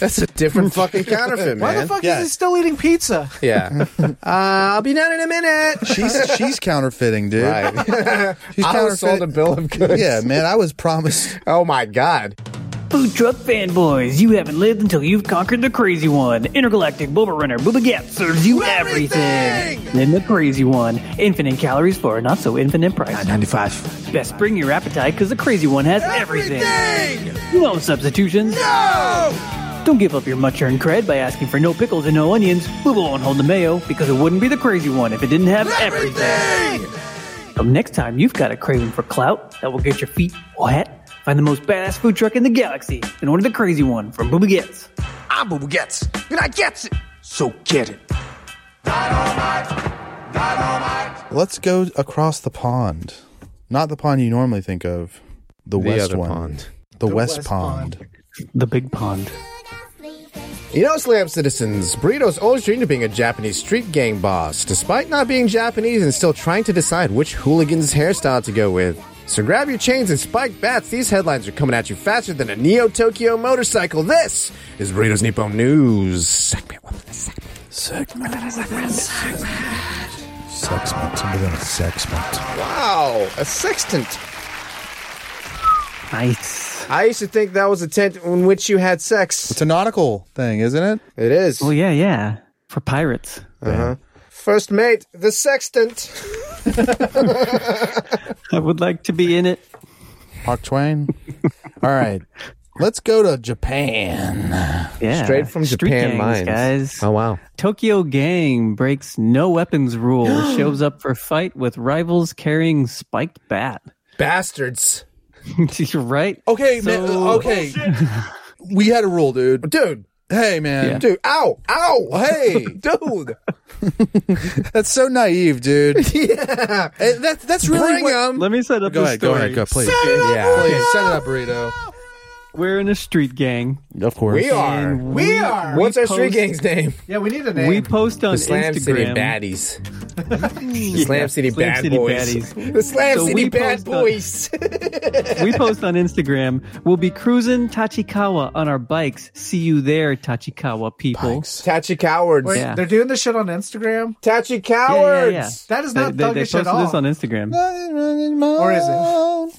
That's a different fucking counterfeit, man.
Why the fuck
Yeah.
is he still eating pizza?
Yeah. uh, I'll be down in a minute.
She's she's counterfeiting, dude.
Right.
She's
I was sold a
counterfeiting.
bill of goods.
Yeah, man. I was promised.
Oh my god.
Food truck fanboys, you haven't lived until you've conquered the crazy one. Intergalactic Booba Runner Booba Gap serves you everything. Then the crazy one, infinite calories for a not so infinite price.
95.
Best bring your appetite because the crazy one has everything. No substitutions. No. Don't give up your much earned cred by asking for no pickles and no onions. Booba won't hold the mayo because it wouldn't be the crazy one if it didn't have everything. Till next time you've got a craving for clout that will get your feet wet, find the most badass food truck in the galaxy and order the crazy one from Booba Gets.
I'm Booba Gets, and I gets it. So get it.
Let's go across the pond. Not the pond you normally think of. The,
The
west
other
one.
pond.
The, west,
west
pond.
The Big Pond.
You know, Slam citizens, Burrito's always dreamed of being a Japanese street gang boss, despite not being Japanese and still trying to decide which hooligan's hairstyle to go with. So grab your chains and spike bats. These headlines are coming at you faster than a Neo Tokyo motorcycle. This is Burrito's Nippon News. Segment one.
Sexment. Somebody on a sexment.
Wow, a sextant.
Nice.
I used to think that was a tent in which you had sex.
It's a nautical thing, isn't it?
It is.
Well, Oh, yeah, yeah. For pirates.
First mate, the sextant.
I would like to be in it.
Mark Twain. All right. Let's go to Japan.
Yeah,
Straight from
street
Japan
gangs,
mines.
guys.
Oh, wow.
Tokyo gang breaks no weapons rule. shows up for fight with rivals carrying spiked bat.
Bastards.
You're right.
Okay, man.
uh,
So-
um,
Okay. We had a rule, dude.
Oh, Dude.
Hey, man.
Yeah.
Dude. Ow. Ow.
Hey.
Dude.
That's so naive, dude.
yeah.
Eh, that, that's really
Bring
what-
'em.
Let me set up
Go
the
ahead,
story.
go ahead, go please.
Yeah.
Please set it up, burrito.
We're in a street gang.
Of course.
We are.
And
We are.
What's our street
post-
gang's name?
yeah, we need a name.
We post on
The Slam
Instagram.
City Baddies. The Slam City
Slam
Bad
City
Boys.
Baddies.
The Slam
So
City
we
Bad
post on-
Boys.
we post on Instagram. We'll be cruising Tachikawa on our bikes. See you there, Tachikawa people.
Tachi cowards.
Wait,
Yeah.
they're doing this shit on Instagram.
Tachi
Yeah, yeah,
cowards.
yeah.
That is not
they, they, they
thuggish
posted
at all.
this on Instagram.
Or
is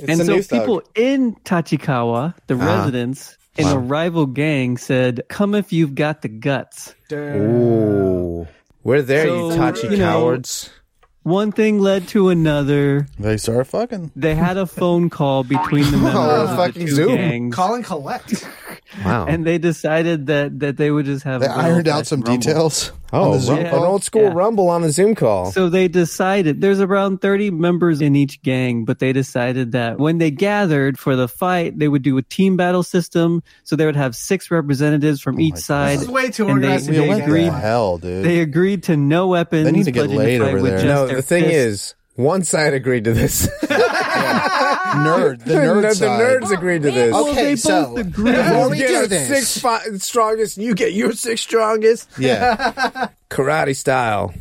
it?
and
a
so
new thug.
people in Tachikawa, the
Ah.
residents in the rival gang said, "Come if you've got the guts."
Dude.
Ooh. We're there, you
So,
Tachi
you know-
cowards.
One thing led to another.
They started fucking.
They had a phone call between the members
Oh,
of
fucking
the two
Zoom.
gangs,
Call and collect.
Wow.
and they decided that that they would just have.
They
a real
ironed out
fast
some
rumble.
details.
oh,
on the Zoom
rum-
call.
an old school
Yeah.
rumble on a Zoom call.
So they decided there's around 30 members in each gang, but they decided that when they gathered for the fight, they would do a team battle system. So they would have six representatives from each side.
Oh This is way too
and they-
organized to
They,
be a gang.
the
agreed.
hell, dude?
They agreed to no weapons.
They need to get
pledging
laid
fight
over
with
there.
just
no,
their
the thing
fists.
is, one side agreed to this.
nerd. The nerd
the, the
side.
nerds agreed to this.
Okay,
they both
so
agreed.
Before
You
we
get
do
our
this,
six fi- strongest, and you get your six strongest.
yeah,
Karate style.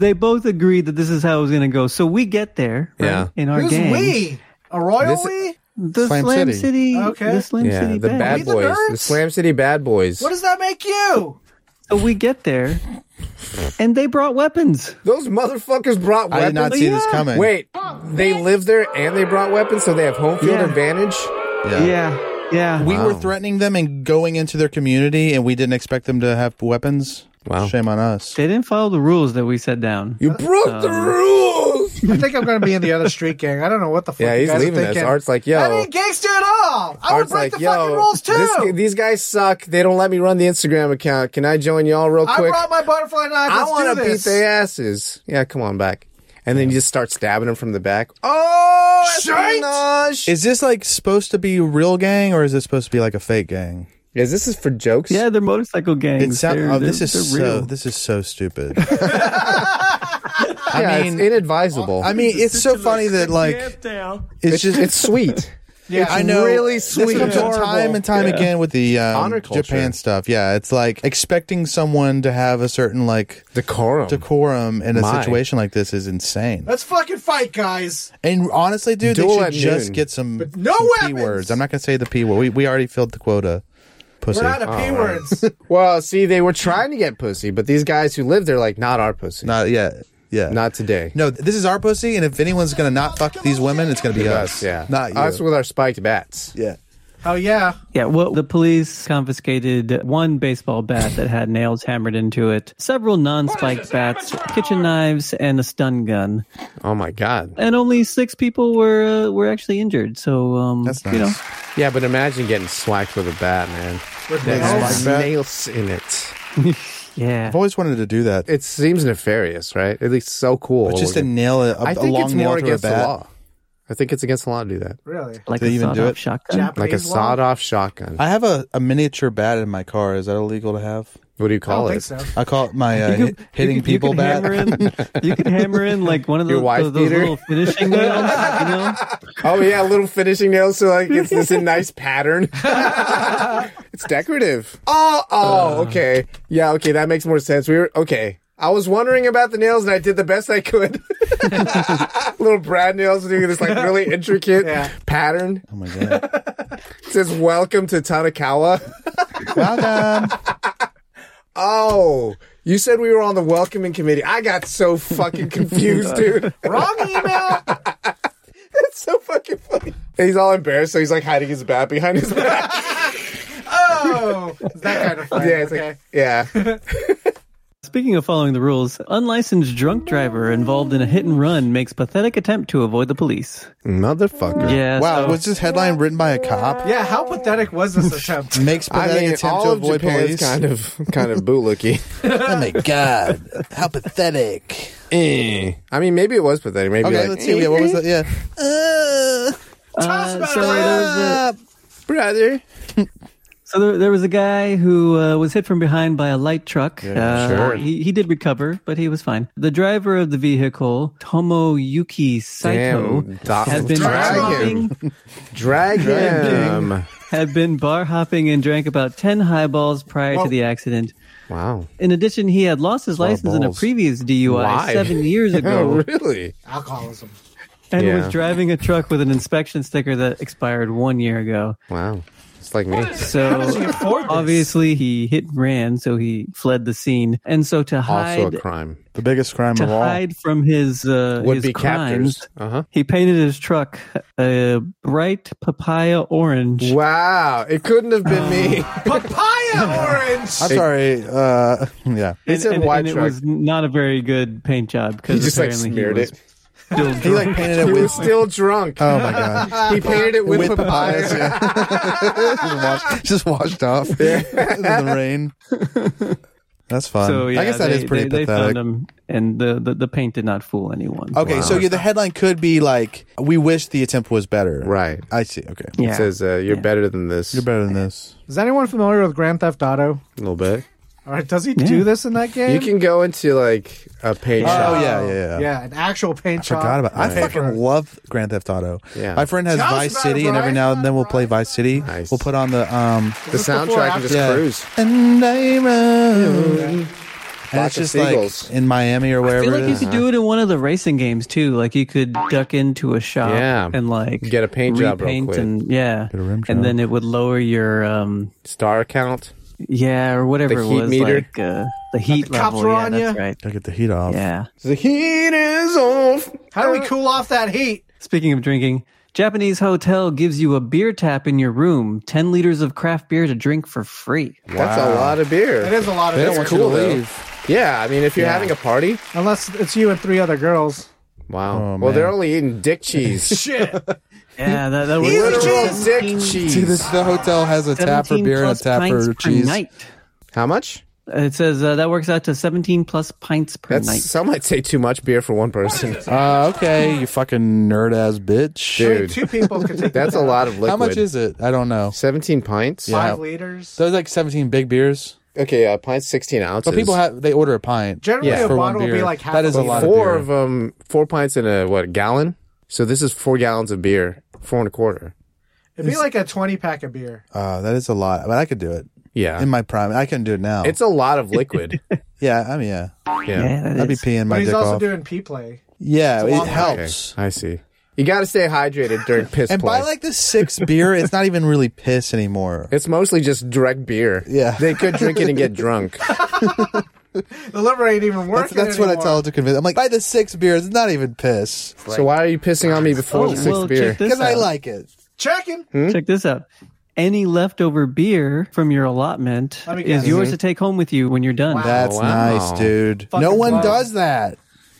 They both agreed that this is how it was going to go. So we get there right,
Yeah.
in our
Who's
gang.
we? A royal
This-
we?
The
Slam
Slam,
City.
City.
Okay.
The Slam
Yeah,
City
the
Band.
bad
We the
boys. The
nerds?
Slam City bad boys.
What does that make you?
So we get there, and they brought weapons.
Those motherfuckers brought
I did
weapons.
not see this
Yeah.
coming.
Wait, they live there and they brought weapons, so they have home field
Yeah.
advantage.
yeah.
Yeah. Yeah.
We were threatening them and going into their community, and we didn't expect them to have weapons.
Wow.
Shame on us.
they didn't follow the rules that we set down.
You broke the rules.
I think I'm going to be in the other street gang. I don't know what the fuck.
Yeah,
you
he's
guys are
leaving us.
thinking.
Art's like, yo.
That ain't gangster at all. I would
Art's
Oh, break
like,
the fucking
yo,
rules too.
this, these guys suck. They don't let me run the Instagram account. Can I join y'all real
I
quick?
brought my butterfly knife.
I
Let's
want
do
to beat
this.
their asses. Yeah, come on back. And then you just start stabbing them from the back. Oh,
Shite!
espionage!
Is this like supposed to be real gang, or is this supposed to be like a fake gang?
Is this is for jokes?
Yeah, they're motorcycle gangs.
It sound,
They're-
oh, this
they're-
is
they're
so
real.
this is so stupid.
I mean, it's inadvisable.
I mean, it's so funny that like it's just
it's sweet.
Yeah,
I know.
really
That's what
sweet.
I'm saying,
Adorable.
Time and time again with the
Honor
um,
culture.
Japan stuff. Yeah, it's like expecting someone to have a certain like
Decorum.
decorum in a
My.
situation like this is insane.
Let's fucking fight, guys.
And honestly, dude,
Duel
they
at
should just
noon.
get some,
But no
some p
weapons!
words. I'm not gonna say the p word. We we already filled the quota. Pussy.
We're out
Oh,
of p words.
well, see, they were trying to get pussy, but these guys who live there, like, not our pussy.
Not yet. Yeah.
Not today.
No, this is our pussy, and if anyone's gonna not fuck these women, it's gonna be us.
us, yeah.
Not you.
us with our spiked bats.
yeah.
oh yeah.
Yeah, well, the police confiscated one baseball bat that had nails hammered into it, several non spiked bats, kitchen knives, and a stun gun.
Oh my god.
And only six people were uh, were actually injured. So, um,
That's
you know,
nice.
Yeah, but imagine getting swacked with a bat, man. It's
With nails.
like
bat.
nails in it.
yeah.
I've always wanted to do that.
It seems nefarious, right? At least so cool.
It's just a nail, a, a
I think
long
it's
nail
more
through a
against the
bat.
law. I think it's against the law to do that.
Really?
Like
They
a
even do
sawed-off
it?
shotgun.
Japanese
Like a
law?
sawed off shotgun.
I have a, a miniature bat in my car. Is that illegal to have?
What do you
I
call
don't
it?
think so.
I call it my uh, hit- hitting
you could-
people
you could
bat.
Hammer in, you could hammer in like one of
Your
those,
wife
those, those
beater?
little finishing nails, you know?
Oh yeah, little finishing nails. So like it's this nice pattern. it's decorative. Oh, oh, okay. Yeah, okay. That makes more sense. We were okay. I was wondering about the nails, and I did the best I could. little Brad nails doing this like really intricate
Yeah.
pattern.
Oh my god!
It says "Welcome to Tanakawa."
Welcome.
Oh, you said we were on the welcoming committee. I got so fucking confused, dude.
Wrong email.
That's so fucking funny. And he's all embarrassed, so he's like hiding his bat behind his back.
Oh, it's that kind of fight.
Yeah, it's
okay.
like yeah.
Speaking of following the rules, unlicensed drunk driver involved in a hit and run makes pathetic attempt to avoid the police.
Motherfucker.
Yeah.
Wow,
so-
was this headline written by a cop?
Yeah, how pathetic was this attempt?
Makes
I
pathetic
mean,
attempt
all
to
of
avoid
Japan's
police.
kind of kind of bootlicky.
Oh my god, how pathetic!
Eh. I mean, maybe it was pathetic. Maybe
Okay,
like,
let's see. Yeah, what was that? Yeah,
uh, so there was a-
brother.
So there, there was a guy who uh, was hit from behind by a light truck. uh,
sure.
he, he did recover, but he was fine. The driver of the vehicle, Tomoyuki Saito,
Damn,
had been bar
drag him.
hopping,
Drag him.
had been bar hopping and drank about 10 highballs prior to the accident.
Wow.
In addition, he had lost his license in a
balls.
previous DUI
Why?
seven years
Oh,
ago
really?
Alcoholism.
and was
Yeah.
driving a truck with an inspection sticker that expired one year ago.
Wow. It's like me.
So obviously he hit and ran, so he fled the scene. And so to
Also
hide
a crime.
the biggest crime
to
of all.
hide from his uh,
Would
his
be
crimes,
captors. Uh huh.
he painted his truck a bright papaya orange.
Wow. It couldn't have been me.
Oh. Papaya orange.
I'm sorry. Uh, yeah,
It's a
and,
white
and it
truck.
was not a very good paint job
He
because
just like
apparently
smeared
he was
it.
still
he
drunk.
like painted it
He
with.
was still drunk.
oh my god,
he painted it with,
with
papaya.
papayas. yeah. just, washed, just washed off in the rain. That's fun.
so yeah,
I guess that
they,
is pretty
they, they
pathetic.
found him, and the, the the paint did not fool anyone.
Okay, so yeah, the headline could be like, "We wish the attempt was better."
Right.
I see. Okay.
yeah.
It says, uh, you're
Yeah.
better than this.
You're better than this.
Is anyone familiar with Grand Theft Auto?
A little bit.
Or does he
Yeah.
do this in that game?
You can go into like a paint shop.
Oh yeah, yeah, yeah.
yeah, an actual paint shop.
Forgot about. I fucking love Grand Theft Auto.
Yeah.
My friend has
Tell us
Vice
about
City,
it,
and every
Brian.
now and then we'll play Vice City.
Nice.
We'll put on the um.
The soundtrack and just
Yeah.
cruise.
And I'm out. And
Flock
it's
of
just
seagulls.
like in Miami or
I feel
wherever
like
it
you
is.
could do it in one of the racing games too. Like you could duck into a shop
Yeah.
and like
Get a paint job real
repaint
quick.
and yeah,
a rim job.
and then it would lower your um
Star count.
yeah or whatever
The
it
heat
was
meter.
like uh, the heat
the cops
level.
were
yeah,
on
that's
ya.
right.
Gotta get the heat off.
Yeah.
The heat is off.
How do we cool off that heat?
Speaking of drinking, Japanese hotel gives you a beer tap in your room, ten liters of craft beer to drink for free.
That's a lot of beer.
It is a lot of
They don't
beer.
want you to leave. Yeah, I mean, if you're having a party,
Unless it's you and three other girls.
wow. well,
man.
they're only eating dick cheese.
Shit.
Yeah, that, that was
Literal dick
17
See,
cheese.
this the hotel has a tap for
17
beer and a
plus
tap
pints
for
per
cheese.
night.
How much?
It says uh, that works out to 17 plus pints per
That's
night.
some might say too much beer for one person,
Uh, okay, you fucking nerd ass bitch.
dude.
Two people could take
That's a lot of liquid.
How much is it? I don't know.
seventeen pints?
Yeah.
five liters.
So it's like 17 big beers.
Okay, yeah, pints sixteen ounces.
But people have they order a pint.
Generally,
Yeah.
a
For one
bottle would be
beer.
like half
That is a
liter.
lot of
four
beer.
of um four pints in a what gallon? So this is four gallons of beer, four and a quarter.
It'd be like a 20 pack of beer.
Uh, that is a lot, but I could do it
Yeah,
in my prime. I can do it now.
it's a lot of liquid.
yeah, I mean, yeah,
yeah,
yeah,
that
I'd be
is.
peeing my
But he's
dick
also
off.
doing P play.
yeah,
long
it
way.
Okay,
helps.
I see. You got to stay hydrated during piss
And
play.
by like the sixth beer, it's not even really piss anymore.
it's mostly just direct beer.
Yeah.
they could drink it and get drunk.
The liver ain't even
That's,
working.
that's what I
anymore.
tell it to convince. I'm like, by the sixth beer, it's not even piss
So why are you pissing on me before
Oh,
the sixth
well,
beer?
check this
because I
out.
like it.
Checking.
Check this out. Any leftover beer from your allotment
Let me
is
guess.
yours to take home with you when you're done.
That's
Oh, wow.
nice, dude.
Fucking
no one
wow.
does that.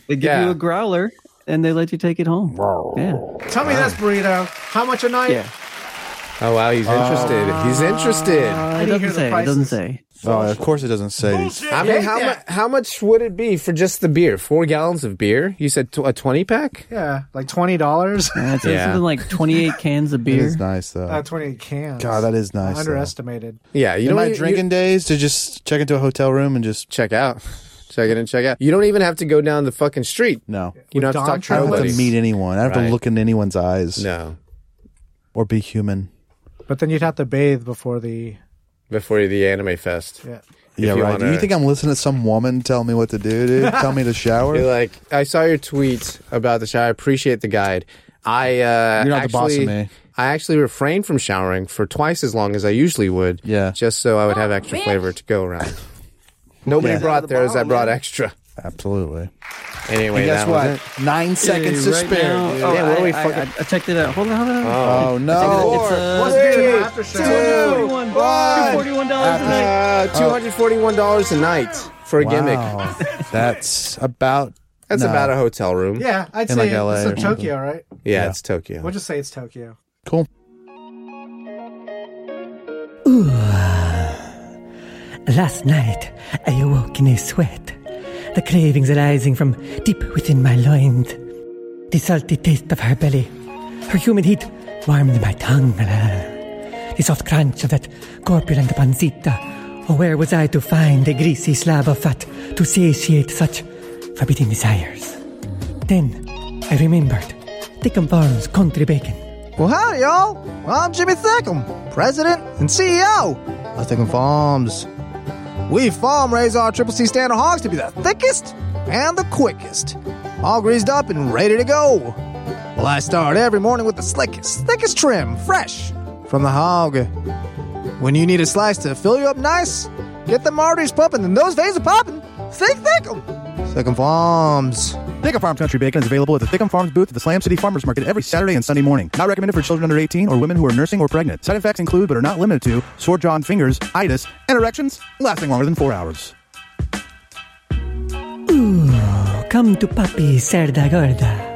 They give
Yeah.
you a growler and they let you take it home. Yeah.
Tell me this, burrito. How much a night?
Yeah.
Oh wow, he's interested. he's interested.
I
It
didn't hear
doesn't
the
say. It
prices.
doesn't say.
Oh, of course it doesn't say.
I mean, how mu- how much would it be for just the beer? Four gallons of beer? You said tw- a twenty pack?
Yeah, like twenty dollars.
Uh, It says
Yeah.
something like 28 cans of
It
beer.
is nice though.
uh, twenty cans.
God, that is nice, though.
Underestimated.
Yeah, you
in
don't
my
e- you-
drinking days, to just check into a hotel room and just
check out, check it and check out. You don't even have to go down the fucking street.
no.
You don't have to talk
With Don
to
I don't
nobody.
have to meet anyone. I don't have
Right.
to look in anyone's eyes
No,
or be human.
But then you'd have to bathe before the.
before the anime fest.
Yeah.
Yeah,
you
right.
wanna-
Do you think I'm listening to some woman tell me what to do, dude? tell me to shower.
You're like, I saw your tweet about the shower. I appreciate the guide. I uh,
You're not the
actually,
boss of me.
I actually refrained from showering for twice as long as I usually would.
Yeah.
just so I would have extra flavor to go around. Nobody
Yeah.
brought theirs. I brought extra.
Absolutely.
Anyway,
And guess
that was
what? Nine seconds
Hey,
to
right
spare.
now-
dude.
Oh,
Yeah, what are
I,
we
I-
fucking-
I- I checked it out. Hold on, hold on. Hold on.
Oh
It's,
no!
uh,
What's the after show?
$241 $241 a night.
Uh, $241 a night.
for a gimmick.
Wow. That's about.
That's
no.
about a hotel room. Yeah,
Yeah, I'd
In,
say
like, LA
so
or something.
Tokyo, right?
it's Tokyo.
We'll just say it's Tokyo.
cool.
Last night, I awoke in a sweat, the cravings arising from deep within my loins. The salty taste of her belly, her humid heat warmed my tongue. The soft crunch of that corpulent pancita. Oh, where was I to find a greasy slab of fat to satiate such forbidding desires? Then I remembered Thickum Farms country bacon.
Well, howdy, y'all. I'm Jimmy Thickum, President and CEO of Thickum Farms. We farm raise our Triple C standard hogs to be the thickest and the quickest, all greased up and ready to go. Well, I start every morning with the slickest, thickest trim, fresh from the hog. When you need a slice to fill you up nice, get them arteries pumping and those veins are popping. Thick Thickum. Thickum Farms.
Thickum Farms Country Bacon is available at the Thickum Farms booth at the Slam City Farmers Market every Saturday and Sunday morning. Not recommended for children under 18 or women who are nursing or pregnant. Side effects include, but are not limited to, sore jaw and fingers, itis, and erections lasting longer than four hours.
Oh, Come to Papi Cerda Gorda.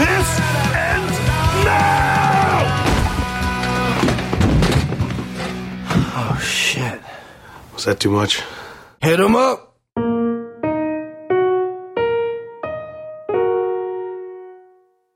This ends now!
Oh, shit. Was that too much? Hit him up!